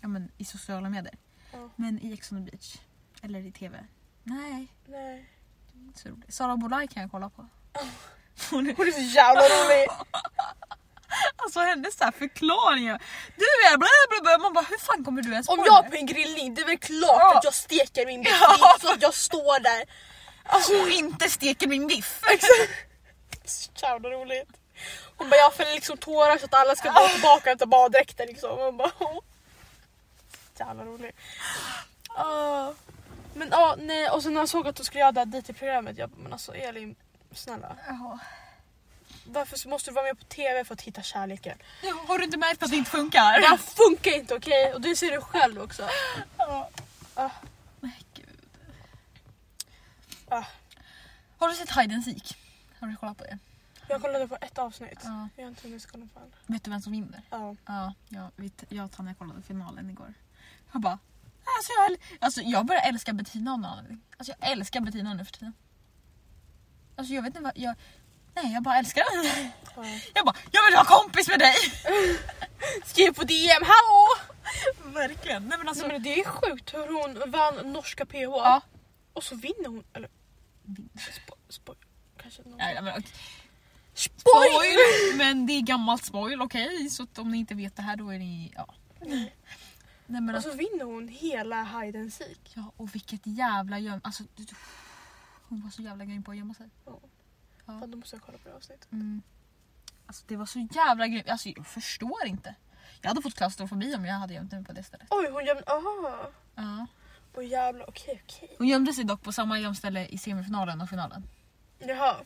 Speaker 3: ja, men, i sociala medier.
Speaker 2: Ja.
Speaker 3: Men i Ex on the beach, eller i tv. Nej,
Speaker 2: Nej.
Speaker 3: inte så rolig. Sara Bolaj kan jag kolla på. Hon är
Speaker 2: Hon är så jävla rolig!
Speaker 3: Alltså hennes så här förklaringar. Du är bla bla bla. Man bara hur fan kommer du ens
Speaker 2: Om
Speaker 3: på
Speaker 2: jag är
Speaker 3: det?
Speaker 2: på en grillning, det är väl klart
Speaker 3: Ja.
Speaker 2: att jag steker min bit
Speaker 3: Ja.
Speaker 2: så att jag står där. Alltså
Speaker 3: Och inte steker min biff.
Speaker 2: så jävla roligt. Hon bara jag fäller liksom tårar så att alla ska gå tillbaka och hämta baddräkten liksom. Man bara åh. Jävla rolig. Ja. Men ja, nej och sen när jag såg att du skulle göra det här DT-programmet, jag bara, men alltså Elin snälla.
Speaker 3: Jaha.
Speaker 2: Varför så måste du vara med på TV för att hitta kärleken?
Speaker 3: Har du inte märkt att det inte funkar?
Speaker 2: Det här funkar inte okej? Och det ser du själv också.
Speaker 3: Ja.
Speaker 2: Ah.
Speaker 3: Nej, gud.
Speaker 2: Ah.
Speaker 3: Har du sett Hide and Seek? Har du kollat på det?
Speaker 2: Jag kollade på ett avsnitt.
Speaker 3: Ja.
Speaker 2: Jag har inte hunnit kolla på allt.
Speaker 3: Vet du vem som vinner?
Speaker 2: Ja.
Speaker 3: Ja, jag, vet, jag och Tanja kollade finalen igår. Jag bara... Alltså jag, alltså jag börjar älska Bettina av någon anledning. Alltså jag älskar Bettina nu för tiden. Alltså jag vet inte vad... Jag, nej, jag bara älskar henne.
Speaker 2: Ja.
Speaker 3: Jag bara, jag vill vara kompis med dig!
Speaker 2: Skriv på DM, hallå!
Speaker 3: Verkligen. Nej, men alltså,
Speaker 2: Nej, men det är sjukt hur hon vann norska PH.
Speaker 3: Ja.
Speaker 2: Och så vinner hon. Eller
Speaker 3: Vinner.
Speaker 2: spo, spo, kanske någon.
Speaker 3: nej, men, okej.
Speaker 2: Spoil!
Speaker 3: men det är gammalt spoil, okej? Så att om ni inte vet det här då är ni... Ja. Nej, men
Speaker 2: Och
Speaker 3: alltså,
Speaker 2: så vinner hon hela hide and seek.
Speaker 3: ja, och vilket jävla göm... Alltså, du- du- hon var så jävla grym på att gömma sig.
Speaker 2: Fan, då måste jag kolla på det avsnittet.
Speaker 3: Mm. Alltså, det var så jävla grymt. Alltså, jag förstår inte. Jag hade fått klaustrofobi om jag hade gömt mig på det stället.
Speaker 2: Oj, hon gömde... Aha!
Speaker 3: Ja.
Speaker 2: Åh jävlar, okej okej.
Speaker 3: Hon gömde sig dock på samma gömställe i semifinalen och finalen.
Speaker 2: Jaha.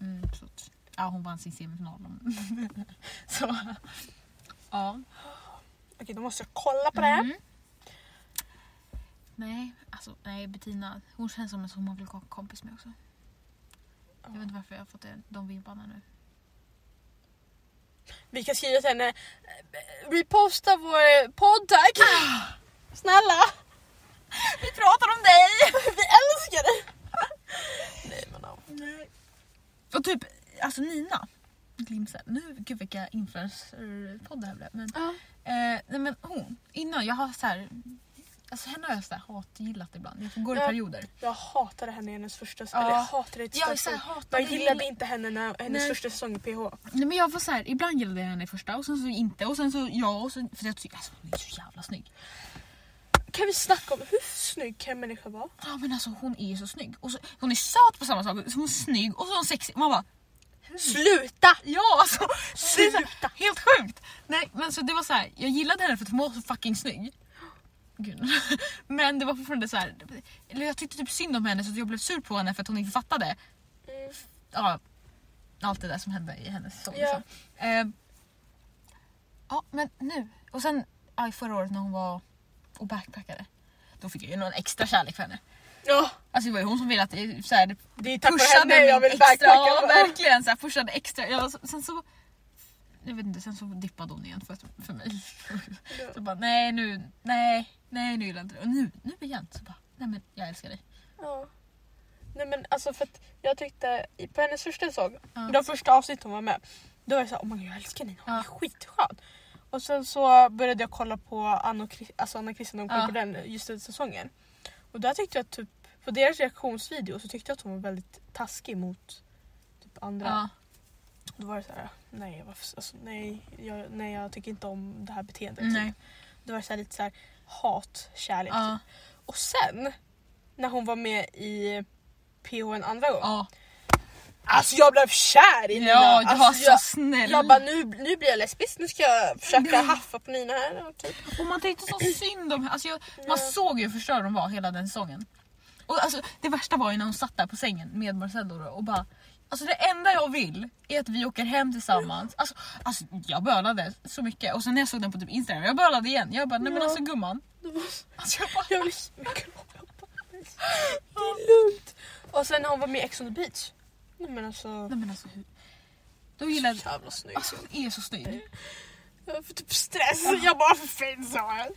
Speaker 3: Mm, så att, ja, hon vann sin semifinal. så, ja.
Speaker 2: Okej, då måste jag kolla på det.
Speaker 3: Mm. Nej, alltså nej Bettina, hon känns som en som man vill vara kompis med också. Jag vet inte varför jag har fått det, de vibbarna nu.
Speaker 2: Vi kan skriva till henne. eh, Reposta vår eh, podd tack!
Speaker 3: Ah!
Speaker 2: Snälla!
Speaker 3: Vi pratar om dig!
Speaker 2: Vi älskar dig! Nej men ja.
Speaker 3: Och typ, alltså Nina Glimsen, nu gud vilka influencer-podd det här blev. Men, eh, nej men hon, innan jag har så här, alltså henne har jag så här hatgillat ibland. Jag får gå i
Speaker 2: Ja.
Speaker 3: perioder.
Speaker 2: Jag hatade henne i hennes första
Speaker 3: Ja.
Speaker 2: säsong. Eller jag hatade det i
Speaker 3: Jag är så
Speaker 2: starten.
Speaker 3: här, hatar
Speaker 2: Man
Speaker 3: dig.
Speaker 2: gillade inte henne när hennes
Speaker 3: Nej.
Speaker 2: första säsong i PH.
Speaker 3: Nej men jag var så här, ibland gillade jag henne i första och sen så inte och sen så ja och sen, för jag tycker alltså hon är så jävla snygg.
Speaker 2: Kan vi snacka om hur snygg kan en människa vara?
Speaker 3: Ja men alltså hon är så snygg. Och så, hon är söt på samma sak, så hon är snygg och så är hon sexig. Man bara
Speaker 2: Mm. Sluta!
Speaker 3: ja alltså. Det är så här, helt sjukt. Nej men så det var så här, jag gillade henne för att hon var så fucking snygg. Gud. Men det var fortfarande så här, eller jag tyckte typ synd om henne så att jag blev sur på henne för att hon inte fattade.
Speaker 2: Mm.
Speaker 3: Ja, allt det där som hände i hennes säsong.
Speaker 2: Ja.
Speaker 3: Liksom. Eh, ja men nu, och sen ja, förra året när hon var och backpackade. Då fick jag ju någon extra kärlek för henne.
Speaker 2: Ja,
Speaker 3: Alltså det var ju hon som ville att jag så här,
Speaker 2: det är tack vare
Speaker 3: pushade
Speaker 2: henne jag vill
Speaker 3: extra, ja,
Speaker 2: backpacka.
Speaker 3: verkligen så här, pushade extra. Ja, så- sen så jag vet inte, sen så dippade hon igen för, för mig.
Speaker 2: Ja.
Speaker 3: Så bara nej nu, nej, nej nu gillar jag inte det. Och nu, nu igen så bara nej men jag älskar dig.
Speaker 2: Ja. Nej men alltså för att jag tyckte i- på hennes första säsong,
Speaker 3: Ja.
Speaker 2: de första avsnitten hon var med, då var jag såhär oh my god jag älskar Nina, hon är
Speaker 3: Ja.
Speaker 2: skitskön. Och sen så började jag kolla på Anna och Chris- alltså Anna och Christian, de kollade
Speaker 3: Ja.
Speaker 2: på den eh, just den säsongen. Och där tyckte jag typ, på deras reaktionsvideo så tyckte jag att hon var väldigt taskig mot typ andra.
Speaker 3: Ja.
Speaker 2: Då var det så här, nej, varför, alltså, nej, jag, nej jag tycker inte om det här beteendet.
Speaker 3: Nej.
Speaker 2: Typ. Det var så här lite så här hat, kärlek. typ.
Speaker 3: Ja,
Speaker 2: Och sen när hon var med i PH en andra gång.
Speaker 3: ja.
Speaker 2: Alltså jag blev kär i Nina!
Speaker 3: ja jag var
Speaker 2: alltså,
Speaker 3: så
Speaker 2: jag,
Speaker 3: snäll.
Speaker 2: jag bara nu, nu blir jag lesbisk, nu ska jag försöka haffa på Nina här. och Typ.
Speaker 3: Och man tyckte så synd om henne. Alltså jag, man såg ju hur förstörd de var hela den säsongen. Och alltså, det värsta var ju när hon satt där på sängen med Marcello då och bara Alltså det enda jag vill är att vi åker hem tillsammans. Alltså, alltså jag bölade så mycket och sen när jag såg den på typ Instagram, jag bölade igen. Jag bara nej men
Speaker 2: Ja.
Speaker 3: alltså gumman.
Speaker 2: Det var så-
Speaker 3: Alltså, jag bara,
Speaker 2: Jag vill jag kan hoppa på mig. Det är lugnt. Och sen när hon var med i Ex on the beach. Nej men alltså.
Speaker 3: nej men alltså hur? Då gillade...
Speaker 2: Så jävla snygg.
Speaker 3: Alltså hon är så snygg.
Speaker 2: Jag får typ stress. Jag bara för fin sa jag.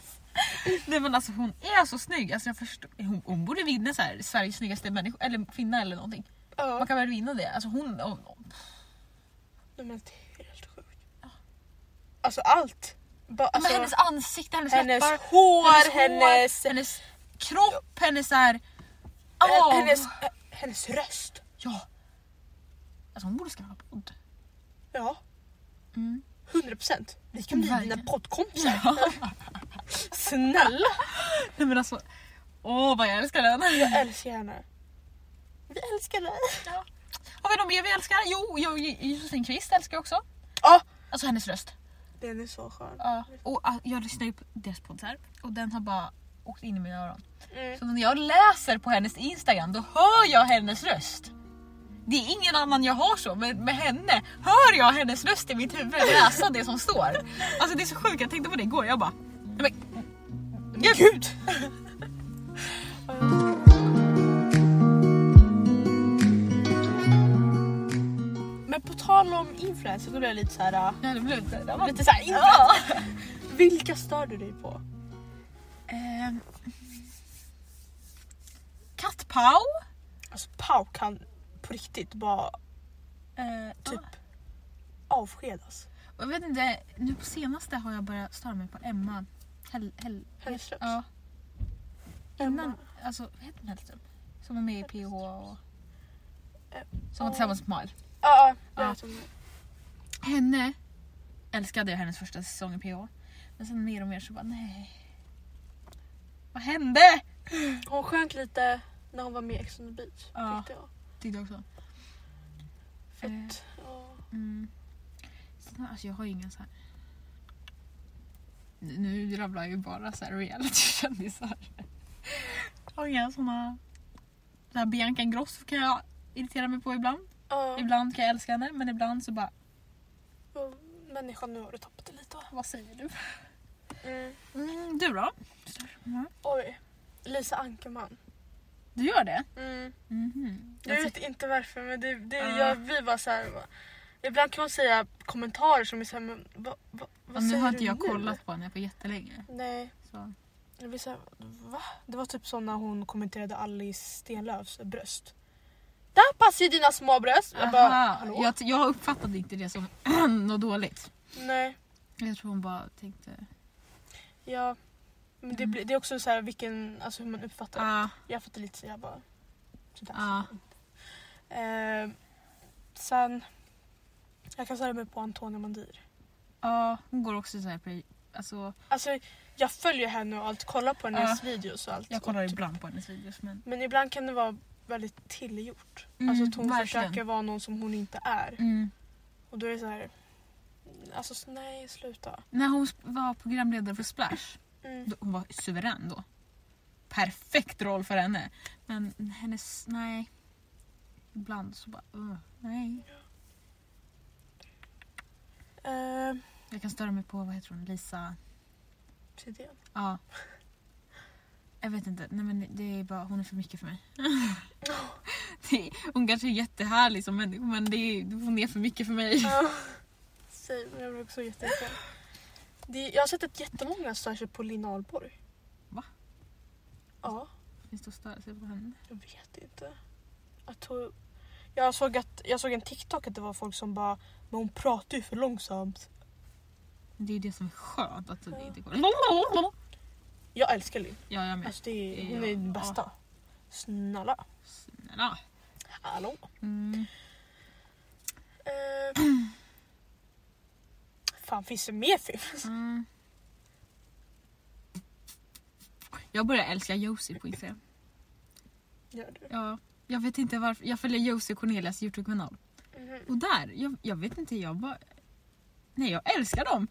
Speaker 3: Nej men alltså hon är så snygg. Alltså, jag förstår, hon, hon borde vinna så här, Sveriges snyggaste människa eller kvinna eller någonting. Man
Speaker 2: Ja.
Speaker 3: kan väl vinna det. Alltså hon... hon, hon
Speaker 2: Nej men det är helt sjukt. Alltså allt. Bara,
Speaker 3: men
Speaker 2: alltså,
Speaker 3: hennes ansikte, hennes,
Speaker 2: hennes
Speaker 3: läppar.
Speaker 2: hår, hennes,
Speaker 3: hennes, hår, hennes kropp, hennes så här... Åh!
Speaker 2: hennes, hennes röst.
Speaker 3: Ja. Alltså hon borde skaffa podd.
Speaker 2: Ja.
Speaker 3: Mm.
Speaker 2: 100%. Vi kan bli
Speaker 3: Verkligen.
Speaker 2: dina poddkompisar. Snälla.
Speaker 3: Nej men alltså. Åh vad jag älskar den.
Speaker 2: Jag älskar henne. Vi älskar dig.
Speaker 3: Har vi någon mer vi älskar? Jo, jag, Josefin Kvist älskar jag också.
Speaker 2: Ja.
Speaker 3: Alltså hennes röst.
Speaker 2: Den är så skön.
Speaker 3: Ja. Och ah, jag lyssnar ju på deras podd här och den har bara åkt in i mina öron.
Speaker 2: Mm.
Speaker 3: Så när jag läser på hennes instagram då hör jag hennes röst. Det är ingen annan jag har så, men med henne hör jag hennes röst i mitt huvud läsa det som står. Alltså det är så sjukt, jag tänkte på det igår, jag bara... Nej, men, jag, Gud!
Speaker 2: Men på tal om influencers, då blir jag lite så här.
Speaker 3: Ja, det blev lite... Det var
Speaker 2: Lite så här
Speaker 3: Ja.
Speaker 2: Vilka stör du dig på?
Speaker 3: Ehm. Kat Pau.
Speaker 2: Alltså Pau kan på riktigt bara
Speaker 3: Eh,
Speaker 2: typ avskedas.
Speaker 3: Jag vet inte, nu på senaste har jag börjat störa mig på Emma Hell, Hell,
Speaker 2: Hellströms?
Speaker 3: Ja.
Speaker 2: Emma.
Speaker 3: Innan, alltså vad heter hon Hellström? Som var med i PH och... Som var
Speaker 2: ja.
Speaker 3: tillsammans med Mal.
Speaker 2: Ja, jag
Speaker 3: Ja.
Speaker 2: vet om det.
Speaker 3: Henne älskade jag hennes första säsong i PH. Men sen mer och mer så bara nej. Vad hände?
Speaker 2: Hon sjönk lite när hon var med i Ex on the beach.
Speaker 3: Ja.
Speaker 2: Tyckte jag.
Speaker 3: Tyckte jag också.
Speaker 2: För att, ja.
Speaker 3: Mm. Sen, alltså jag har ju ingen så här... Nu- Nu rabblar jag ju bara så här realitykändisar. Jag har inga såna... Så här Bianca Ingrosso kan jag irritera mig på ibland.
Speaker 2: Ja.
Speaker 3: Ibland kan jag älska henne men ibland så bara,
Speaker 2: Och Människan, nu har du tappat det lite va?
Speaker 3: vad säger du? Mm, du då? Mm.
Speaker 2: Oj. Lisa Ankerman.
Speaker 3: Du gör det?
Speaker 2: Mm.
Speaker 3: Mhm.
Speaker 2: Jag
Speaker 3: Alltså,
Speaker 2: vet inte varför men det, det
Speaker 3: Ja.
Speaker 2: jag blir bara såhär. Ibland kan man säga kommentarer som är såhär, men vad, vad, vad
Speaker 3: nu
Speaker 2: säger
Speaker 3: har
Speaker 2: du
Speaker 3: inte jag
Speaker 2: nu?
Speaker 3: kollat på henne på jättelänge.
Speaker 2: Nej.
Speaker 3: Så.
Speaker 2: Jag blir så här, va? Det var typ så när hon kommenterade Alice Stenlöfs bröst. Där passar ju dina små bröst! Jag bara,
Speaker 3: Aha,
Speaker 2: hallå?
Speaker 3: jag, jag uppfattade inte det som något dåligt.
Speaker 2: Nej,
Speaker 3: Jag tror hon bara tänkte...
Speaker 2: ja. Men det,
Speaker 3: Mm.
Speaker 2: blir- det är också så här vilken, alltså hur man uppfattar det.
Speaker 3: Ja,
Speaker 2: Jag fattar lite så jag bara... Sådär.
Speaker 3: ja.
Speaker 2: Eh, sen... Jag kan säga mig på Antonia Mandir.
Speaker 3: ja, hon går också så här på... Alltså,
Speaker 2: Alltså jag följer henne och allt, kollar på hennes
Speaker 3: Ja.
Speaker 2: videos och allt.
Speaker 3: jag kollar
Speaker 2: Och typ-
Speaker 3: ibland på hennes videos men...
Speaker 2: Men ibland kan det vara väldigt tillgjort.
Speaker 3: Mm,
Speaker 2: alltså att hon
Speaker 3: verkligen.
Speaker 2: försöker vara någon som hon inte är.
Speaker 3: Mm.
Speaker 2: Och då är det så här... Alltså s- nej, sluta.
Speaker 3: När hon sp- var programledare för Splash,
Speaker 2: Mm.
Speaker 3: då, hon var suverän då. Perfekt roll för henne. Men hennes... Nej. Ibland så bara... Uh, nej.
Speaker 2: Eh,
Speaker 3: Jag kan störa mig på, vad heter hon, Lisa...
Speaker 2: Sidén.
Speaker 3: Ja. Jag vet inte, nej men det är bara, hon är för mycket för mig. Det, hon kanske är jättehärlig som människa men det, är- hon är för mycket för mig.
Speaker 2: Ja. Säg, men jag blir också jätteirriterad. Det- Jag har sett att jättemånga stör sig på Lina Ahlborg.
Speaker 3: Va?
Speaker 2: Ja,
Speaker 3: Finns det att störa sig på henne?
Speaker 2: jag vet inte. Jag, tror... jag, såg att, jag såg en TikTok att det var folk som bara men hon pratar ju för långsamt.
Speaker 3: Det är ju det som är skönt att det inte går.
Speaker 2: Jag älskar Lin.
Speaker 3: Ja, jag med.
Speaker 2: Alltså det är, hon
Speaker 3: Ja.
Speaker 2: är den bästa. Snälla.
Speaker 3: Snälla.
Speaker 2: Hallå.
Speaker 3: Mm.
Speaker 2: Eh, Fan finns det mer film?
Speaker 3: Mm. Jag börjar älska Josie på Instagram.
Speaker 2: Gör du?
Speaker 3: Ja, jag vet inte varför. Jag följer Josie Cornelias Youtube-kanal.
Speaker 2: Mhm.
Speaker 3: Och där, jag, jag vet inte, jag bara... Nej, jag älskar dem.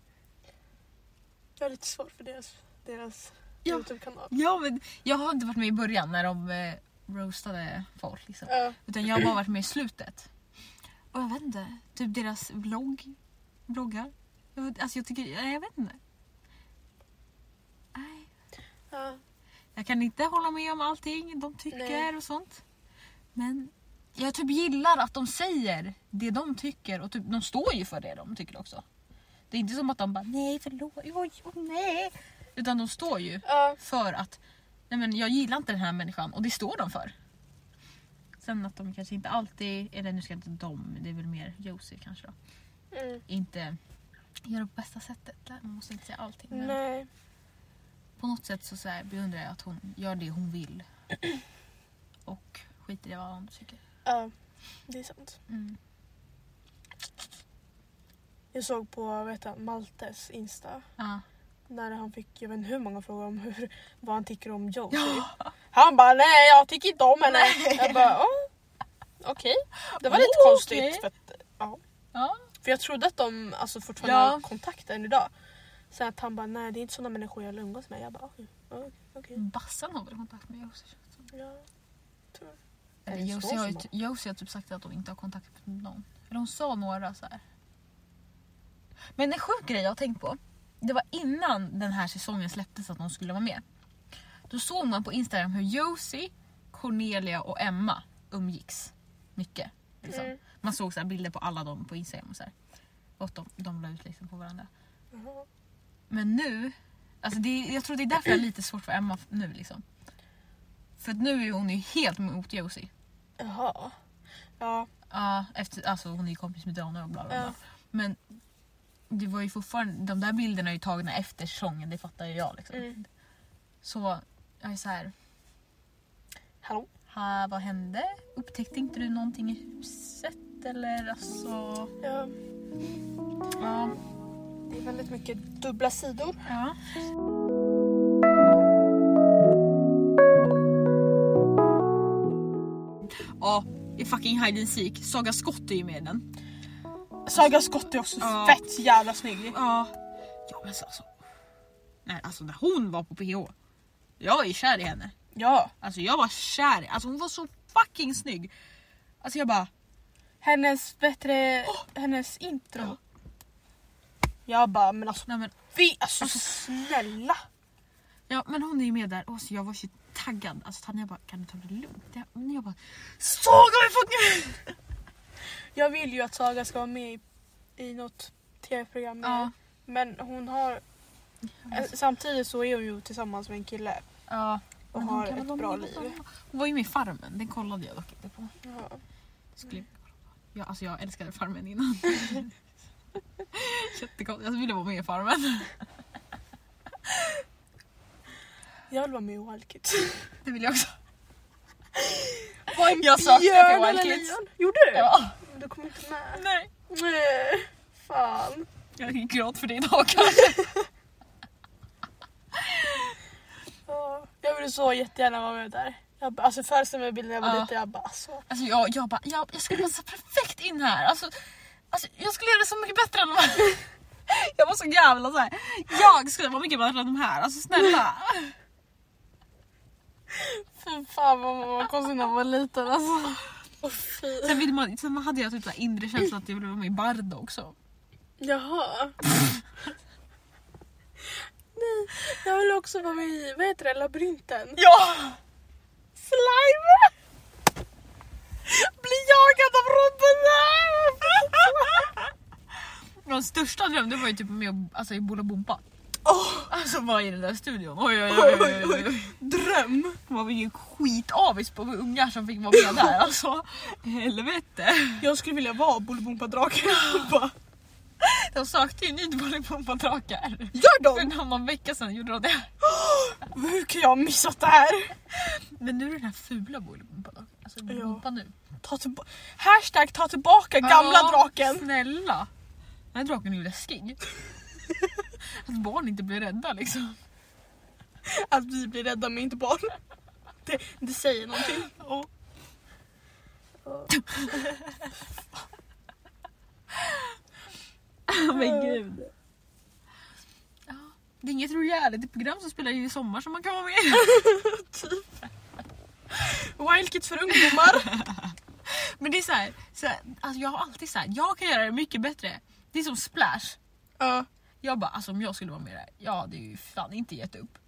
Speaker 2: Jag har lite svårt för deras, deras
Speaker 3: Ja.
Speaker 2: Youtube-kanal.
Speaker 3: Ja, men jag har inte varit med i början när de eh, roastade folk. Liksom.
Speaker 2: Ja.
Speaker 3: Utan jag har bara varit med i slutet. Och jag vet inte, typ deras vlogg, vloggar. Jag vet, alltså jag tycker, nej, jag vet inte. Nej,
Speaker 2: Ja.
Speaker 3: jag kan inte hålla med om allting de tycker
Speaker 2: Nej.
Speaker 3: och sånt. Men jag typ gillar att de säger det de tycker och typ, de står ju för det de tycker också. Det är inte som att de bara nej förlåt, oj, oj, nej. Utan de står ju
Speaker 2: Ja.
Speaker 3: för att nej men jag gillar inte den här människan och det står de för. Sen att de kanske inte alltid, eller nu ska jag inte de, det är väl mer Josie kanske då,
Speaker 2: Mm.
Speaker 3: inte gör det på bästa sättet. Man måste inte säga allting. Men
Speaker 2: Nej.
Speaker 3: på något sätt så, så här beundrar jag att hon gör det hon vill. Och skiter i vad andra tycker.
Speaker 2: Ja. Det är sant.
Speaker 3: Mm.
Speaker 2: Jag såg på vet du, Maltes Insta
Speaker 3: Ja.
Speaker 2: när han fick jag vet inte hur många frågor om hur, vad han tycker om Josie. Han bara nej jag tycker inte om henne. Jag bara "Åh, okej. Det var lite
Speaker 3: Oh,
Speaker 2: konstigt.
Speaker 3: okej.
Speaker 2: För, att, ja.
Speaker 3: ja.
Speaker 2: för jag trodde att de alltså, fortfarande
Speaker 3: Ja.
Speaker 2: har kontakt än idag. Sen att han bara nej det är inte sådana människor jag vill umgås med. Jag bara "Oj, oj, okej.
Speaker 3: Mm. Bassan har väl kontakt med Josie? känns det som.
Speaker 2: Ja, tror jag.
Speaker 3: Eller
Speaker 2: Är det så
Speaker 3: Josie har, ju
Speaker 2: som
Speaker 3: ty- Josie har typ sagt att hon inte har kontakt med någon. Eller hon sa några så här. Men en sjuk grej jag har tänkt på. Det var innan den här säsongen släpptes att någon skulle vara med. Då såg man på Instagram hur Josie, Cornelia och Emma umgicks mycket. Liksom.
Speaker 2: Mm.
Speaker 3: Man såg så här bilder på alla dem på Instagram och så här. Och att de, de la ut liksom på varandra.
Speaker 2: Jaha.
Speaker 3: Men nu, alltså det, är- jag tror det är därför jag är lite svårt för Emma f- nu liksom. För att nu är hon ju helt mot Josie.
Speaker 2: Jaha. Ja.
Speaker 3: Ja, efter, alltså hon är ju kompis med Dana och bla bla bla.
Speaker 2: Ja.
Speaker 3: Men det var ju fortfarande, de där bilderna är ju tagna efter säsongen, det fattar ju jag. Liksom.
Speaker 2: Mm.
Speaker 3: Så jag är så här,
Speaker 2: Hallå?
Speaker 3: ha, vad hände? Upptäckte inte du någonting i huset? Eller alltså...
Speaker 2: Ja,
Speaker 3: Ja.
Speaker 2: det är väldigt mycket dubbla sidor.
Speaker 3: ja. Ja, i fucking Hide and Seek. Saga Skott är ju med i den.
Speaker 2: Saga Skott är också
Speaker 3: Ja.
Speaker 2: fett jävla snygg.
Speaker 3: Ja. Ja men så, alltså. Nej, alltså när hon var på PH. Jag är kär i henne.
Speaker 2: Ja.
Speaker 3: Alltså jag var kär i Alltså hon var så fucking snygg. Alltså jag bara.
Speaker 2: Hennes bättre... Hennes intro. Jag bara, men alltså,
Speaker 3: Nej, men,
Speaker 2: vi, alltså snälla.
Speaker 3: ja, men hon är ju med där. Och Alltså jag var så taggad. Alltså Tanja bara kan du ta det lugnt? Jag, men jag bara. Saga är fucking...
Speaker 2: Jag vill ju att Saga ska vara med i, i något tv-program.
Speaker 3: Ja.
Speaker 2: Men hon har... eh, Samtidigt så är hon ju tillsammans med en kille.
Speaker 3: Ja.
Speaker 2: Och
Speaker 3: Men hon
Speaker 2: har
Speaker 3: kan
Speaker 2: ett
Speaker 3: väl
Speaker 2: bra
Speaker 3: vara med
Speaker 2: liv.
Speaker 3: på samma- Hon var ju med i Farmen. Den kollade jag dock inte på.
Speaker 2: Ja.
Speaker 3: Skulle... Ja, alltså jag älskade Farmen innan. Jättekonstigt. Jag ville vara med i Farmen.
Speaker 2: Jag vill vara med i Wild Kids.
Speaker 3: Det ville jag också.
Speaker 2: Var en
Speaker 3: Alltså, Jag sökte till
Speaker 2: björn
Speaker 3: Wild
Speaker 2: eller
Speaker 3: Kids.
Speaker 2: lejon? Gjorde du?
Speaker 3: Ja.
Speaker 2: Du kom inte med.
Speaker 3: Nej.
Speaker 2: Nej. Fan.
Speaker 3: Jag gråt för det idag kanske.
Speaker 2: Ja, Jag ville så jättegärna vara med där. Jag, bara- alltså föreställ mig bilden när jag var
Speaker 3: Ja.
Speaker 2: liten, jag bara alltså.
Speaker 3: Alltså jag, jag bara, jag, jag skulle passa perfekt in här. Alltså, alltså jag skulle göra det så mycket bättre än de här. Jag var så jävla såhär, jag skulle vara mycket bättre än de här. Alltså snälla.
Speaker 2: Fy fan vad man var konstig när man var liten alltså. Oh, fy.
Speaker 3: Sen, vill man, sen hade jag typ så här inre känslan att jag ville vara med i Bardo också.
Speaker 2: Jaha. Nej, jag vill också vara med i, vad heter det, labyrinten?
Speaker 3: Ja! Slime! Bli jagad av robben! Min största dröm det var ju typ med och- alltså, i Bolibompa.
Speaker 2: Åh,
Speaker 3: Alltså vad är den där studion? Oj oj oj. oj, oj, oj.
Speaker 2: dröm!
Speaker 3: Man var ju skitavis på ungar som fick vara med där alltså. Helvete.
Speaker 2: Jag skulle vilja vara Bolibompa-draken.
Speaker 1: Ah.
Speaker 2: Bara,
Speaker 3: De sökte ju nytt Bolibompa-drakar.
Speaker 2: Gör
Speaker 3: För
Speaker 2: dem!
Speaker 3: någon vecka sedan gjorde de det.
Speaker 2: Hur kan jag ha missat det här?
Speaker 3: Men nu är det den här fula Bolibompa-drakan. Alltså Bolibompa nu.
Speaker 2: Ta tillba- Hashtag ta tillbaka gamla
Speaker 3: Ja,
Speaker 2: draken.
Speaker 3: Snälla. Den här draken är ju läskig. Att barn inte blir rädda liksom.
Speaker 2: att vi blir rädda men inte barn. Det, det säger någonting.
Speaker 3: Oh. Men gud. Ja, Det är inget realityprogram som spelar in i sommar som man kan vara med i.
Speaker 2: Wild Kids för ungdomar.
Speaker 3: Men det är så här, så här alltså jag har alltid sagt jag kan göra det mycket bättre. Det är som Splash.
Speaker 2: Ja.
Speaker 3: Jag bara, alltså om jag skulle vara med där, jag hade ju fan inte gett upp.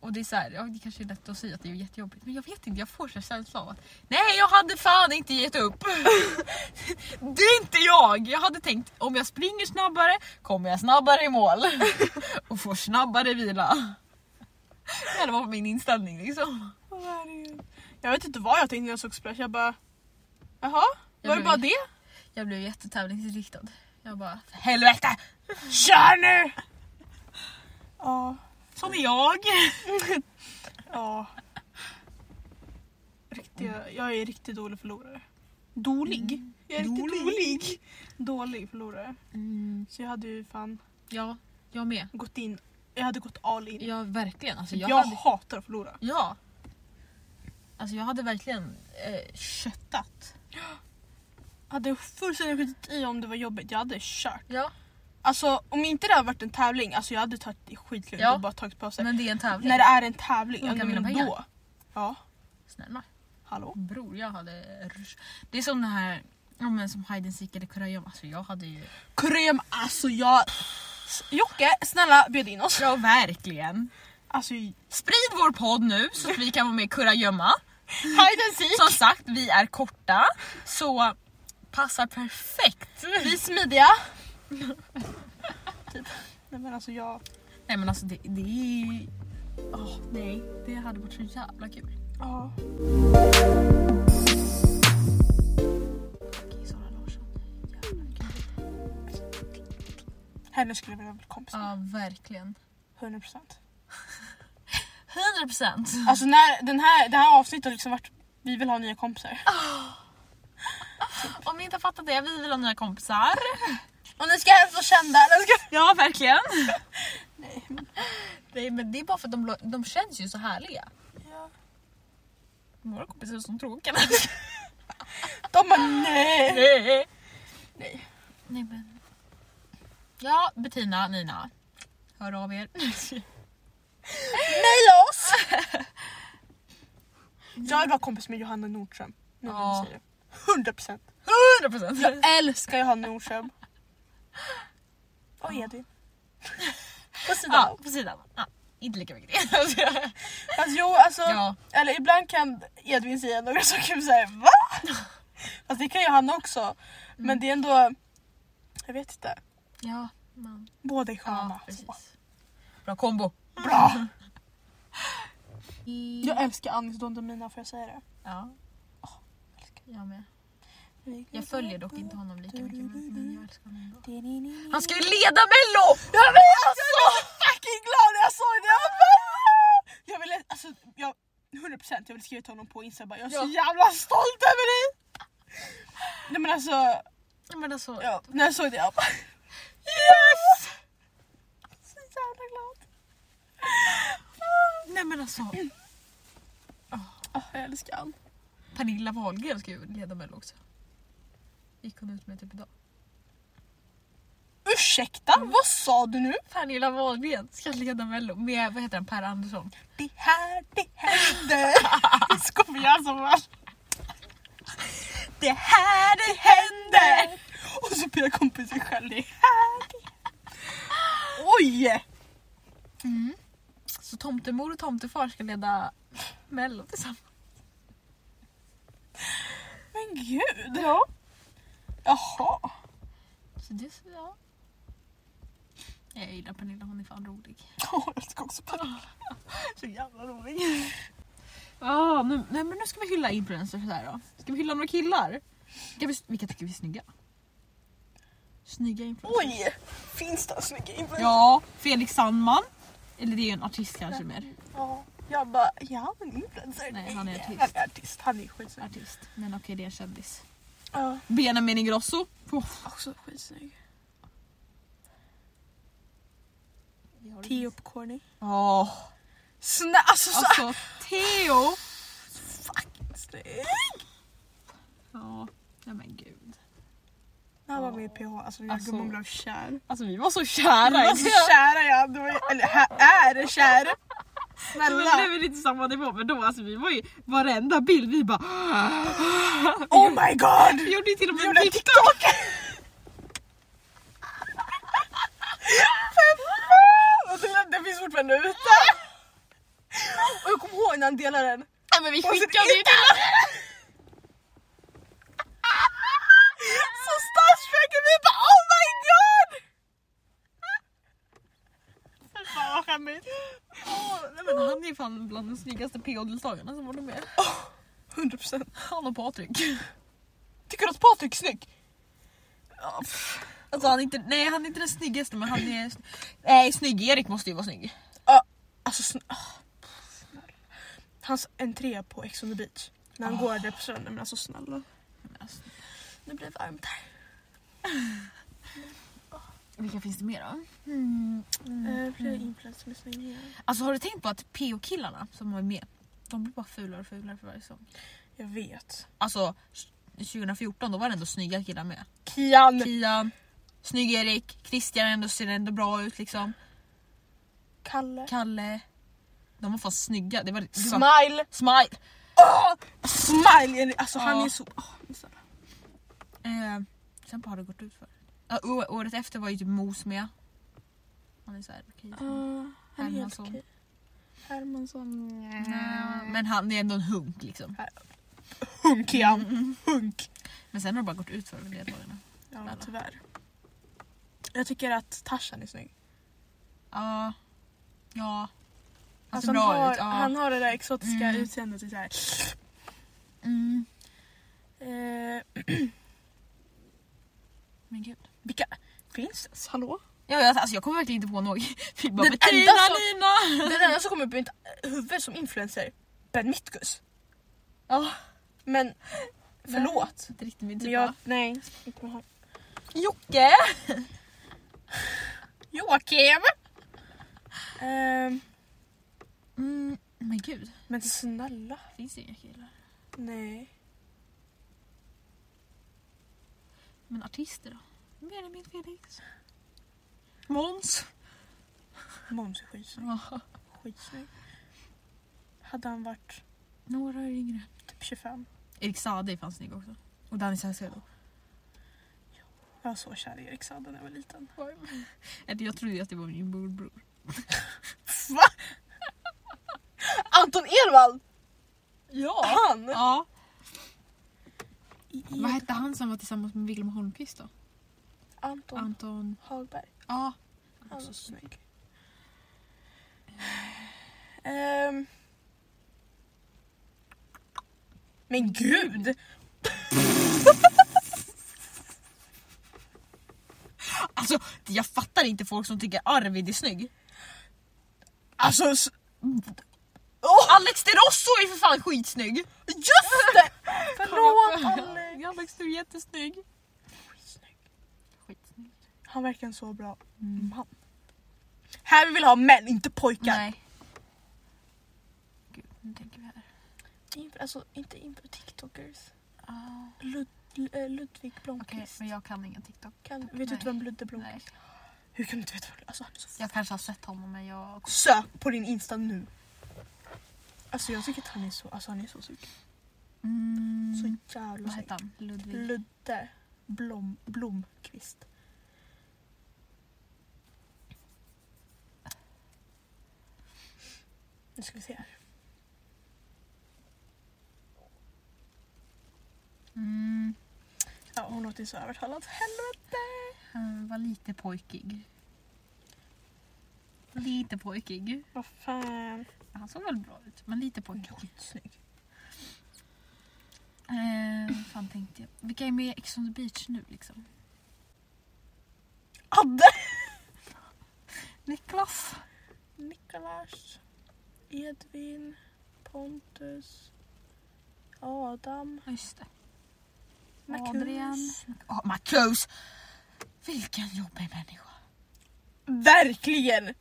Speaker 3: Och det är så här, ja, det kanske är lätt att säga att det är jättejobbigt, men jag vet inte, jag får så här känslan av att nej, jag hade fan inte gett upp. det är inte jag! Jag hade tänkt om jag springer snabbare kommer jag snabbare i mål och får snabbare vila. Det här var min inställning liksom.
Speaker 2: Jag vet inte vad jag tänkte när jag såg Splash. Jag bara... Jaha? Var
Speaker 3: Jag
Speaker 2: det
Speaker 3: blev-
Speaker 2: bara det?
Speaker 3: Jag blev jättetävlingsinriktad. Jag bara, för helvete!
Speaker 2: Kör nu! Ja.
Speaker 3: Sån är jag!
Speaker 2: Ja. Riktiga, jag är riktigt dålig förlorare. Dålig? Jag är riktigt
Speaker 3: Mm. Dålig.
Speaker 2: dålig. Dålig förlorare. Så jag hade ju fan
Speaker 3: Mm, Ja, jag med.
Speaker 2: gått in. Jag hade gått all in.
Speaker 3: Ja, verkligen. Alltså,
Speaker 2: Jag,
Speaker 3: jag hade...
Speaker 2: hatar att förlora.
Speaker 3: Ja. Alltså jag hade verkligen eh, köttat.
Speaker 2: Jag hade fullständigt skitit i om det var jobbigt. Jag hade kört.
Speaker 3: Ja.
Speaker 2: Alltså om inte det hade varit en tävling, alltså jag hade tagit det skitlugnt
Speaker 3: Ja.
Speaker 2: och bara tagit pauser.
Speaker 3: Men det är en tävling.
Speaker 2: När det är en tävling,
Speaker 3: Man
Speaker 2: ja,
Speaker 3: kan vinna
Speaker 2: men
Speaker 3: pengar.
Speaker 2: då. Ja,
Speaker 3: Snälla.
Speaker 2: hallå?
Speaker 3: Bror, jag hade... Det är som det här ja, men som hide and seek eller kurragömma. Alltså jag hade ju...
Speaker 2: Kräm, alltså jag... Jocke, snälla bjud in oss.
Speaker 3: Ja, verkligen.
Speaker 2: Alltså,
Speaker 3: Sprid vår podd nu så att vi kan vara med i kurragömma.
Speaker 2: hide and seek.
Speaker 3: Som sagt, vi är korta. Så passar perfekt.
Speaker 2: Vi är smidiga. typ. Nej men alltså jag...
Speaker 3: Nej men alltså det, det är ju... Åh, nej, det hade varit så jävla kul.
Speaker 2: Ja.
Speaker 3: Okej, Sara Larsson. Jävla kul.
Speaker 2: Henne skulle jag vilja bli kompis med.
Speaker 3: Ja, verkligen.
Speaker 2: 100%.
Speaker 3: 100 procent.
Speaker 2: Alltså när den här, det här avsnittet har liksom varit... Vi vill ha nya kompisar.
Speaker 3: Om ni inte har fattat det, vi vill ha nya kompisar.
Speaker 2: Och ni ska helst vara kända. Den ska...
Speaker 3: Ja, verkligen. Nej, men det är bara för att de, lå- de känns ju så härliga.
Speaker 2: Ja.
Speaker 3: Våra kompisar är så tråkiga.
Speaker 2: De bara nej.
Speaker 3: Nej.
Speaker 2: Nej.
Speaker 3: Nej, men... Ja, Bettina, Nina. Hör av er.
Speaker 2: Mejla oss! jag vill vara kompis med Johanna Nordström. Nu när du
Speaker 3: Ja.
Speaker 2: säger det. 100%.
Speaker 3: 100 procent.
Speaker 2: Jag älskar Johanna Nordström. Och Edvin. På sidan
Speaker 3: Ja,
Speaker 2: av.
Speaker 3: på sidan. Ja, inte lika mycket. Alltså,
Speaker 2: Fast jo alltså.
Speaker 3: ja,
Speaker 2: Eller ibland kan Edvin säga några saker och säga VA? Fast det kan ju han också.
Speaker 3: Mm.
Speaker 2: Men det är ändå... Jag vet inte.
Speaker 3: ja, man.
Speaker 2: Båda är sköna. Alltså,
Speaker 3: Ja, precis. Bra kombo.
Speaker 2: Bra! Jag älskar Anis Don Demina, får jag säga det?
Speaker 3: Ja. Jag med. Jag följer dock inte honom lika mycket men, men jag älskar honom ändå. Han ska ju leda mello!
Speaker 2: Jag vet! Alltså! Jag var så fucking glad när jag såg det! Jag, bara, jag ville... Alltså, jag... 100% jag ville skriva till honom på Instagram. Jag är så jävla stolt över dig! Nej men alltså,
Speaker 3: Men alltså,
Speaker 2: ja, när jag såg det jag bara...
Speaker 3: Yes!
Speaker 2: Så jävla glad.
Speaker 3: Nej men alltså.
Speaker 2: Ah, jag älskar honom.
Speaker 3: Pernilla Wahlgren ska ju leda mello också. Gick hon ut med typ idag.
Speaker 2: Ursäkta, vad sa du nu?
Speaker 3: Pernilla Wahlgren ska leda mello med vad heter han, Per Andersson.
Speaker 2: Det här, det hände. Skojar som fan. Det här, det hände. Och så blir jag kompis sig själv. Det här, det Oj!
Speaker 3: Så tomtemor och tomtefar ska leda mello tillsammans.
Speaker 2: Men gud. Ja. Jaha.
Speaker 3: Så det så ja. Jag gillar Pernilla, hon är fan rolig.
Speaker 2: Åh, jag ska också på Så jävla rolig.
Speaker 3: Ja, nu, nej, men nu ska vi hylla influencers här då. Ska vi hylla några killar? Ska vi, vilka tycker vi är snygga? Snygga influencers.
Speaker 2: Oj! Finns det snygga influencers?
Speaker 3: Ja, Felix Sandman. Eller det är ju en artist kanske mer.
Speaker 2: Ja. Jag bara, ja han är influencer.
Speaker 3: Nej, han är artist.
Speaker 2: Han är artist. Han är skitsnygg.
Speaker 3: Artist. Men okej, det är en kändis.
Speaker 2: Ja.
Speaker 3: Benjamin Ingrosso. Puff.
Speaker 2: Också skitsnygg. Tio på corny.
Speaker 3: Åh,
Speaker 2: Snä, alltså, så
Speaker 3: alltså Theo!
Speaker 2: fucking snygg!
Speaker 3: Ja, nej men gud.
Speaker 2: Det här var min PH, alltså jag
Speaker 3: Alltså,
Speaker 2: gumman blev kär. Alltså,
Speaker 3: Alltså vi var så kära
Speaker 2: Vi var så kära ja, det var, ju- eller här är kär.
Speaker 3: Men nu är
Speaker 2: Snälla.
Speaker 3: vi lite samma nivå men då alltså vi var ju varenda bild vi bara
Speaker 2: Oh my god!
Speaker 3: Vi gjorde ju till och
Speaker 2: Vi
Speaker 3: med
Speaker 2: gjorde
Speaker 3: en
Speaker 2: en
Speaker 3: TikTok!
Speaker 2: Och den, den finns fortfarande ute. Och jag kommer ihåg när han delade den.
Speaker 3: Nej men vi
Speaker 2: Och sen
Speaker 3: skickade ju
Speaker 2: inte-
Speaker 3: till
Speaker 2: Så starstruck vi bara oh my god!
Speaker 3: Fan vad skämmigt! nej, men han är ju fan bland de snyggaste PH-deltagarna som var med.
Speaker 2: 100%.
Speaker 3: Han och Patrik.
Speaker 2: Tycker du att Patrik är snygg?
Speaker 3: Alltså han är inte, nej han är inte den snyggaste men han är... sn- Nej snygg Erik måste ju vara snygg.
Speaker 2: Ja, alltså sn- ah, snälla. Hans entré på Ex on the beach. När han går där på stranden, men alltså snälla. Nu blir det varmt här.
Speaker 3: Vilka finns det mer då?
Speaker 2: Eh, Fler influencers med snygga grejer.
Speaker 3: Alltså har du tänkt på att PH-killarna som var med, de blir bara fulare och fulare för varje säsong.
Speaker 2: Jag vet.
Speaker 3: Alltså 2014 då var det ändå snygga killar med.
Speaker 2: Kian!
Speaker 3: Kian, snygg Erik, Christian ändå ser ändå bra ut liksom.
Speaker 2: Kalle.
Speaker 3: Kalle. De var fan snygga. Det var det var-
Speaker 2: Smile!
Speaker 3: Smile.
Speaker 2: Åh! Smile! är- Alltså han
Speaker 3: Ja.
Speaker 2: är så... åh, men snälla.
Speaker 3: Eh, sen bara har det gått ut för. Ja, å- året efter var ju typ Mos med. Han är såhär okej.
Speaker 2: Eh, han är helt
Speaker 3: Hermansson.
Speaker 2: okej. Hermansson...
Speaker 3: Nja,
Speaker 2: Mm.
Speaker 3: Men han är ändå en hunk liksom. Mm,
Speaker 2: Hunk Kian! Hunk!
Speaker 3: Men sen har det bara gått ut för med deltagarna.
Speaker 2: Ja,
Speaker 3: Snälla.
Speaker 2: tyvärr. Jag tycker att Tarzan är snygg.
Speaker 3: Ja. Ja. Han ser
Speaker 2: Alltså,
Speaker 3: bra
Speaker 2: han, har,
Speaker 3: ut. Ja.
Speaker 2: han har det där exotiska
Speaker 3: Mm.
Speaker 2: utseendet. i Så här.
Speaker 3: Mm.
Speaker 2: Eh,
Speaker 3: Men gud.
Speaker 2: vilka finns det? Hallå?
Speaker 3: Ja, jag, alltså, jag kommer verkligen inte på någon. Vi bara
Speaker 2: Den
Speaker 3: Bettina,
Speaker 2: enda som-
Speaker 3: Nina!
Speaker 2: Den enda som kommer upp i mitt huvud som influencer, Ben Mitkus.
Speaker 3: Ja.
Speaker 2: Men förlåt.
Speaker 3: Inte riktigt min
Speaker 2: Men
Speaker 3: typ.
Speaker 2: jag,
Speaker 3: va?
Speaker 2: nej. inte med honom.
Speaker 3: Jocke!
Speaker 2: Joakim! Ehm,
Speaker 3: Mm. Men gud.
Speaker 2: men snälla.
Speaker 3: Finns det inga killar?
Speaker 2: Nej.
Speaker 3: Men artister då? Benjamin Felix. Måns.
Speaker 2: Måns är skitsnygg. skitsnygg. Hade han varit
Speaker 3: Några är yngre.
Speaker 2: typ 25,
Speaker 3: Erik Saade är fan snygg också. Och Danny Saucedo.
Speaker 2: jag var så kär i Erik Saade när jag var liten.
Speaker 3: Eller jag trodde ju att det var min morbror.
Speaker 2: Va? Anton Edvall!
Speaker 3: Ja!
Speaker 2: Han!
Speaker 3: ja.
Speaker 2: I-
Speaker 3: Vad hette han som var tillsammans med Wilhelm Holmqvist då?
Speaker 2: Anton
Speaker 3: Anton...
Speaker 2: Hagberg.
Speaker 3: Ja.
Speaker 2: Han var så snygg. Ehm. Men gud!
Speaker 3: Alltså jag fattar inte folk som tycker Arvid är snygg.
Speaker 2: Alltså s-
Speaker 3: Alex de Rosso är för fan skitsnygg!
Speaker 2: just det! Förlåt Alex!
Speaker 3: Alex du är jättesnygg.
Speaker 2: Skitsnygg.
Speaker 3: Skitsnygg.
Speaker 2: Han verkar en så bra
Speaker 3: Mm.
Speaker 2: man. Här vi vill ha män, inte pojkar.
Speaker 3: Nej. Gud, nu tänker vi här.
Speaker 2: Inf- alltså inte inför tiktokers.
Speaker 3: Ah.
Speaker 2: Lud- eh, Ludvig
Speaker 3: Okej,
Speaker 2: Blomqvist.
Speaker 3: men jag kan ingen TikTok.
Speaker 2: kan, vet du
Speaker 3: Nej.
Speaker 2: inte vem Ludde
Speaker 3: Nej.
Speaker 2: Blomqvist Hur kan du inte veta vem alltså, han är så
Speaker 3: Jag kanske har sett honom men jag...
Speaker 2: Sök på din Insta nu. Alltså jag tycker att han är så, alltså han är så snygg.
Speaker 3: Mm.
Speaker 2: Så jävla
Speaker 3: Vad
Speaker 2: snygg.
Speaker 3: hette han? Ludvig?
Speaker 2: Ludde Blom, Blomqvist. Nu ska vi se här.
Speaker 3: Mm.
Speaker 2: Ja, hon låter ju så övertalad. Helvete!
Speaker 3: Han var lite pojkig. Lite pojkig.
Speaker 2: Vad fan.
Speaker 3: Han såg väl bra ut, men lite
Speaker 2: Hon
Speaker 3: pojkig.
Speaker 2: är skitsnygg.
Speaker 3: Eh, vad fan tänkte jag. Vilka är med i Ex on the beach nu liksom?
Speaker 2: Adde!
Speaker 3: Niklas!
Speaker 2: Nikolas. Edvin. Pontus. Adam.
Speaker 3: Ja just det.
Speaker 2: Marcus.
Speaker 3: Adrian. Ja, Marcus! Vilken jobbig människa.
Speaker 2: Verkligen!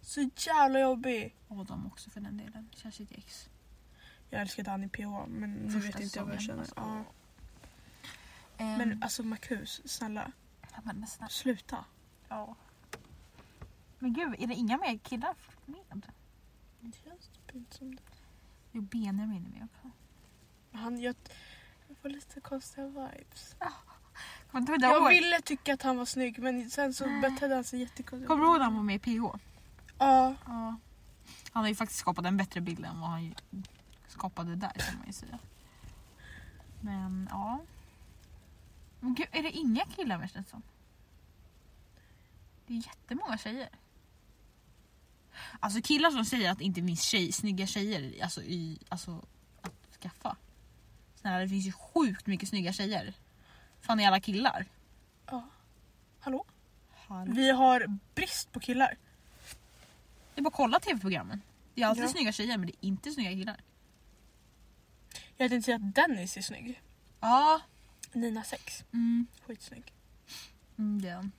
Speaker 2: Så jävla jobbig.
Speaker 3: Adam också för den delen. Känns sitt ex.
Speaker 2: Jag älskade han i PH men nu
Speaker 3: Första
Speaker 2: vet inte jag vad jag
Speaker 3: säsongen,
Speaker 2: känner. Ja.
Speaker 3: alltså.
Speaker 2: Men alltså Marcus, snälla.
Speaker 3: Ja, men, men snälla.
Speaker 2: Sluta.
Speaker 3: Ja. Men gud, är det inga mer killar med?
Speaker 2: Det känns typ inte som det.
Speaker 3: Jo, Benjamin är med också.
Speaker 2: Han, jag, jag får lite konstiga vibes.
Speaker 3: Kommer du ihåg
Speaker 2: Jag
Speaker 3: det året?
Speaker 2: ville tycka att han var snygg men sen så
Speaker 3: Nej.
Speaker 2: betedde han sig jättekonstigt.
Speaker 3: Kommer du ihåg när han var med i PH?
Speaker 2: Ja.
Speaker 3: Ja. Han har ju faktiskt skapat en bättre bild än vad han ju skapade där kan man ju säga. Men ja. Men gud, är det inga killar med känns det som? Det är jättemånga tjejer. Alltså killar som säger att det inte finns tjej, snygga tjejer alltså, i, alltså, att skaffa. Snälla det finns ju sjukt mycket snygga tjejer. Fan är alla killar?
Speaker 2: ja. Hallå? Vi har brist på killar.
Speaker 3: Det är bara att kolla tv-programmen. Det är alltid
Speaker 2: Ja.
Speaker 3: snygga tjejer men det är inte snygga killar.
Speaker 2: Jag tänkte säga att Dennis är snygg.
Speaker 3: Ja.
Speaker 2: Nina 6.
Speaker 3: Mm.
Speaker 2: Skitsnygg.
Speaker 3: Mm, det är han.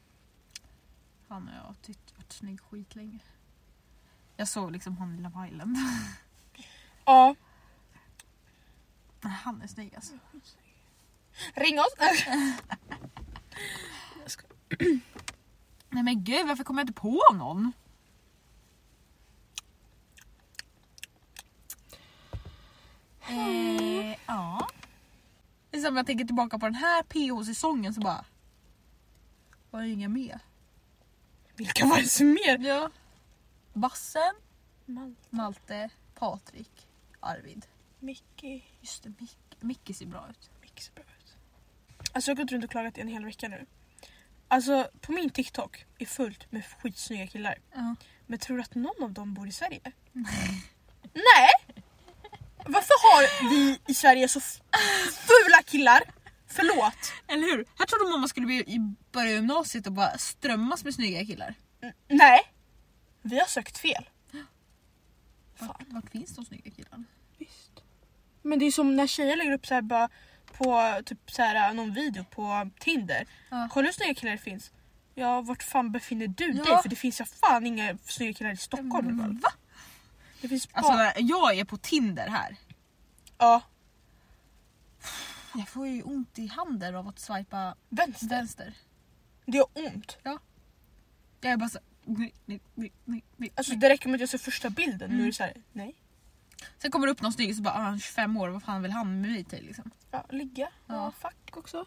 Speaker 3: Han och jag har tyckt varit snygg skitlänge. Jag såg liksom han i Love Island.
Speaker 2: Ja.
Speaker 3: Han är snygg alltså.
Speaker 2: Ring oss! Jag skojar.
Speaker 3: Nej men gud varför kommer jag inte på någon? Eh, ja. Det är som jag tänker tillbaka på den här PH-säsongen så bara... Var det inga med?
Speaker 2: Vilka var det som mer?
Speaker 3: Ja. Bassen,
Speaker 2: Man,
Speaker 3: Malte, Patrik, Arvid.
Speaker 2: Mickey,
Speaker 3: Just det, Mick- Micke ser bra ut.
Speaker 2: Mickey ser bra ut. Alltså jag har gått runt och klagat i en hel vecka nu. Alltså på min TikTok är fullt med skitsnygga killar.
Speaker 3: Ja.
Speaker 2: Men tror du att någon av dem bor i Sverige? Nej! Varför har vi i Sverige så f- fula killar? Förlåt!
Speaker 3: Eller hur? Här trodde mamma skulle bli i börja gymnasiet och bara strömmas med snygga killar.
Speaker 2: N- nej! Vi har sökt fel.
Speaker 3: Vart, vart finns de snygga killarna?
Speaker 2: Visst. Men det är som när tjejer lägger upp så här bara på typ så här, någon video på Tinder.
Speaker 3: Ja.
Speaker 2: Kolla hur snygga killar det finns. Ja, vart fan befinner du
Speaker 3: Ja.
Speaker 2: dig? För det finns ju fan inga snygga killar i Stockholm. i alla fall.
Speaker 3: Va?
Speaker 2: Det finns bara...
Speaker 3: Alltså jag är på Tinder här.
Speaker 2: ja,
Speaker 3: Jag får ju ont i handen av att swipa
Speaker 2: vänster.
Speaker 3: vänster.
Speaker 2: Det gör ont.
Speaker 3: Jag är bara så... Nej, nej, nej, nej, nej.
Speaker 2: Alltså det räcker med att jag ser första bilden. Nu är det så här, nej.
Speaker 3: Sen kommer det upp någon snygg så bara ah, han är 25 år, vad fan vill han med mig till? Liksom.
Speaker 2: Ja, ligga. Ja.
Speaker 3: Ja.
Speaker 2: fuck också.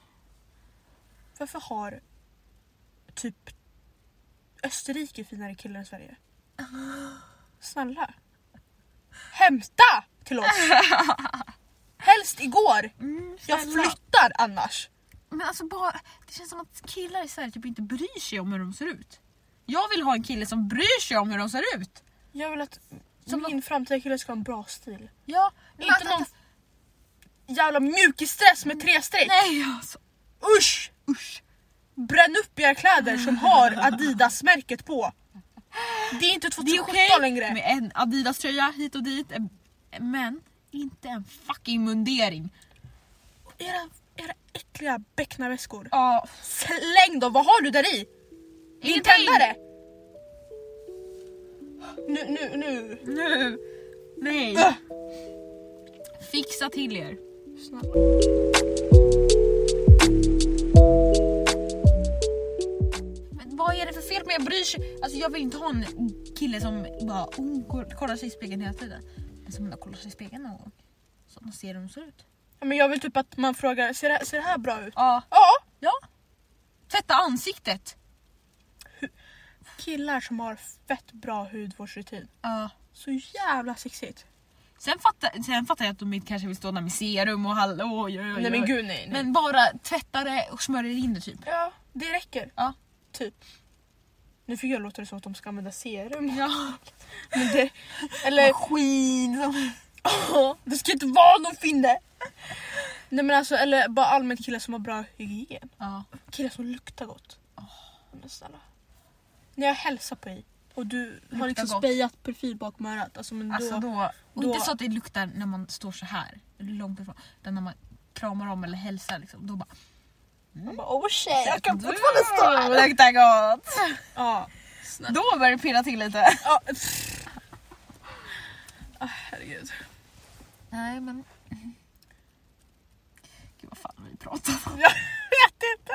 Speaker 2: Varför har typ Österrike finare killar än Sverige? Snälla. Hämta till oss! Helst igår! Jag
Speaker 3: Mm, snälla.
Speaker 2: flyttar annars.
Speaker 3: Men alltså bara, det känns som att killar i Sverige typ inte bryr sig om hur de ser ut. Jag vill ha en kille som bryr sig om hur de ser ut.
Speaker 2: Jag vill att
Speaker 3: Som
Speaker 2: min framtida kille ska ha en bra stil.
Speaker 3: Ja, men alltså-
Speaker 2: Inte
Speaker 3: att-
Speaker 2: någon jävla mjukisdress med tre streck.
Speaker 3: Nej alltså.
Speaker 2: Usch!
Speaker 3: Usch.
Speaker 2: Bränn upp era kläder som har Adidas-märket på. Det är inte 2017
Speaker 3: Det är okej
Speaker 2: längre.
Speaker 3: med en Adidas tröja hit och dit. en- Men inte en fucking mundering.
Speaker 2: Era, era äckliga becknarväskor.
Speaker 3: Ja,
Speaker 2: Släng dem, vad har du där i? Din
Speaker 3: ingenting.
Speaker 2: tändare! Nu, nu, nu.
Speaker 3: Nu. Nej.
Speaker 2: Ugh.
Speaker 3: Fixa till er. Men vad är det för fel med att bryr sig? Alltså jag vill inte ha en kille som bara oh, ko- kollar sig i spegeln hela tiden. Men som bara kollar sig i spegeln någon gång. Så att man ser hur de ser ut.
Speaker 2: Ja, men jag vill typ att man frågar, ser det, här- ser det här bra ut?
Speaker 3: Ja.
Speaker 2: Ja.
Speaker 3: ja. Tvätta ansiktet.
Speaker 2: Killar som har fett bra hudvårdsrutin.
Speaker 3: Ja.
Speaker 2: Så jävla sexigt.
Speaker 3: Sen fattar, sen fattar jag att de inte kanske vill stå där med serum och hallå oj, oj, oj.
Speaker 2: Nej men gud nej. nej.
Speaker 3: Men bara tvätta det och smörja in det typ.
Speaker 2: Ja, det räcker.
Speaker 3: Ja.
Speaker 2: Typ. Nu fick jag låta det som att de ska använda serum.
Speaker 3: Ja.
Speaker 2: Men det, eller...
Speaker 3: Maskin som...
Speaker 2: det ska inte vara någon finne! Nej men alltså, eller bara allmänt killar som har bra hygien.
Speaker 3: Ja.
Speaker 2: Killar som luktar gott. Men snälla. När jag hälsar på dig och du har liksom
Speaker 3: gott.
Speaker 2: spejat perfil bakom örat. Alltså, men
Speaker 3: Alltså
Speaker 2: då,
Speaker 3: då, och
Speaker 2: då-
Speaker 3: inte så att det luktar när man står så här långt ifrån. Utan när man kramar om eller hälsar liksom. Då bara...
Speaker 2: man bara "Oh, åh tjej, jag kan
Speaker 3: Du
Speaker 2: fortfarande stå här.
Speaker 3: Luktar gott!
Speaker 2: Ja, ledsna.
Speaker 3: Då börjar det pirra till lite.
Speaker 2: Ja. pff. Ah, herregud.
Speaker 3: Nej men... Gud vad fan har vi pratat om?
Speaker 2: Jag vet inte.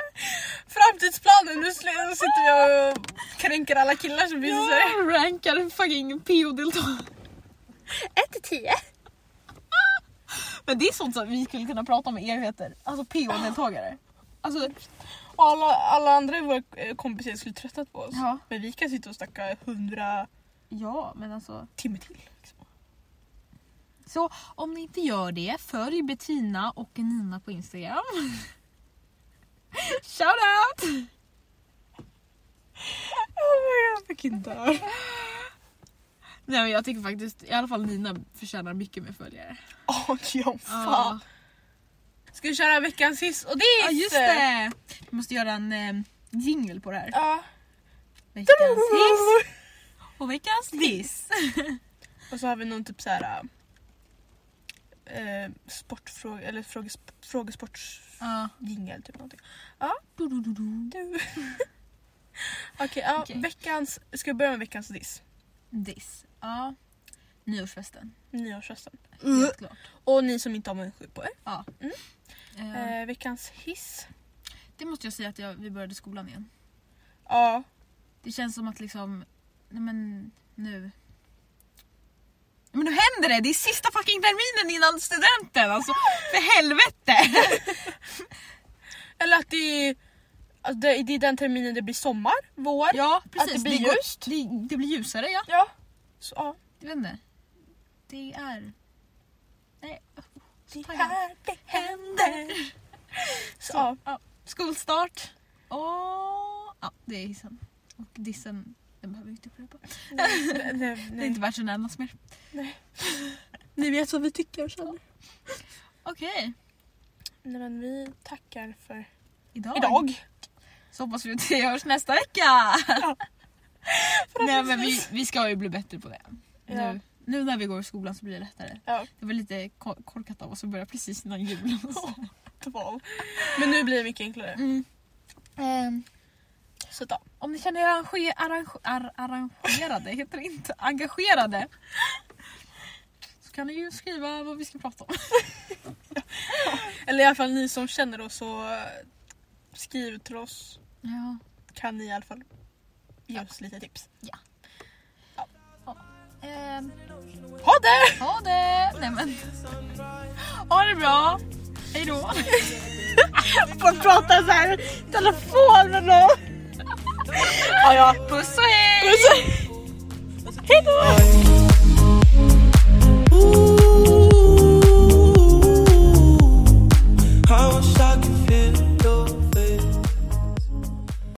Speaker 2: Framtidsplanen, nu sl- nu sitter jag och kränker alla killar som visar sig.
Speaker 3: Jag rankar fucking PO-deltagare.
Speaker 2: 1 till 10.
Speaker 3: Men det är sånt som vi skulle kunna prata om i erheter. Alltså PO-deltagare. Alltså,
Speaker 2: Och alla, alla andra i våra eh, kompisar skulle tröttnat på oss.
Speaker 3: Ja.
Speaker 2: Men vi kan sitta och snacka 100
Speaker 3: ja men alltså.
Speaker 2: timmar till. Liksom.
Speaker 3: Så om ni inte gör det, följ Bettina och Nina på Instagram. Shout out!
Speaker 2: Oh my god, dör.
Speaker 3: Nej men jag tycker faktiskt, i alla fall Nina förtjänar mycket mer följare.
Speaker 2: Åh, ja fan. Ska vi köra veckans hiss och diss?
Speaker 3: Ja just det! Vi måste göra en eh, jingle på det här.
Speaker 2: Ja.
Speaker 3: Veckans hiss och veckans diss.
Speaker 2: Och så har vi någon typ såhär... Eh, sportfråga, eller fråges, frågesportsjingel
Speaker 3: Ja.
Speaker 2: typ någonting. Du. Okej, ja,
Speaker 3: Okej.
Speaker 2: veckans... Ska vi börja med veckans diss?
Speaker 3: Diss. Ja. Nyårsfesten.
Speaker 2: Nyårsfesten.
Speaker 3: Helt klart.
Speaker 2: Och ni som inte har munskydd på er.
Speaker 3: Ja.
Speaker 2: Mm.
Speaker 3: Eh,
Speaker 2: Eh, veckans hiss?
Speaker 3: det måste jag säga att jag, vi började skolan igen.
Speaker 2: Ja.
Speaker 3: Det känns som att liksom, nej men nu. Men nu händer det! Det är sista fucking terminen innan studenten alltså! För helvete!
Speaker 2: Eller att det är... Att det, det är den terminen det blir sommar, vår.
Speaker 3: Ja
Speaker 2: precis.
Speaker 3: Att det blir
Speaker 2: Det går-
Speaker 3: ljust. Det, det blir ljusare ja.
Speaker 2: Ja. Så, ja.
Speaker 3: Jag vet inte. Det är... Nej. Det
Speaker 2: det händer. Så, ja.
Speaker 3: Ja, skolstart. Och... Ja, det är hissen. Och dissen, den behöver vi inte upprepa.
Speaker 2: Nej, nej,
Speaker 3: Det är inte värt att nämnas mer.
Speaker 2: Ni vet vad vi tycker och känner.
Speaker 3: Okej,
Speaker 2: Nej men vi tackar för
Speaker 3: idag.
Speaker 2: idag.
Speaker 3: Så hoppas vi att vi hörs nästa vecka. Nej men vi,
Speaker 2: Förhoppningsvis.
Speaker 3: vi ska ju bli bättre på det.
Speaker 2: Ja.
Speaker 3: Nu, nu när vi går i skolan så blir det lättare.
Speaker 2: Ja.
Speaker 3: Det var lite ko- korkat av oss att börja precis innan julen.
Speaker 2: Tval. Men nu blir det mycket enklare.
Speaker 3: Mm.
Speaker 2: Så då.
Speaker 3: Ehm, Om ni känner er arrange, arrange, ar, arrangerade, heter det inte, engagerade. Så kan ni ju skriva vad vi ska prata om.
Speaker 2: Eller i alla fall ni som känner oss så eh, skriv till oss.
Speaker 3: Ja.
Speaker 2: Kan ni i alla fall ge oss lite tips.
Speaker 3: Ehm,
Speaker 2: Ha det!
Speaker 3: ha det! Nej men. Ha det bra! Hej då!
Speaker 2: Folk pratar så här i telefon med någon. Ja, ja.
Speaker 3: Puss och hej!
Speaker 2: Puss. Hej då!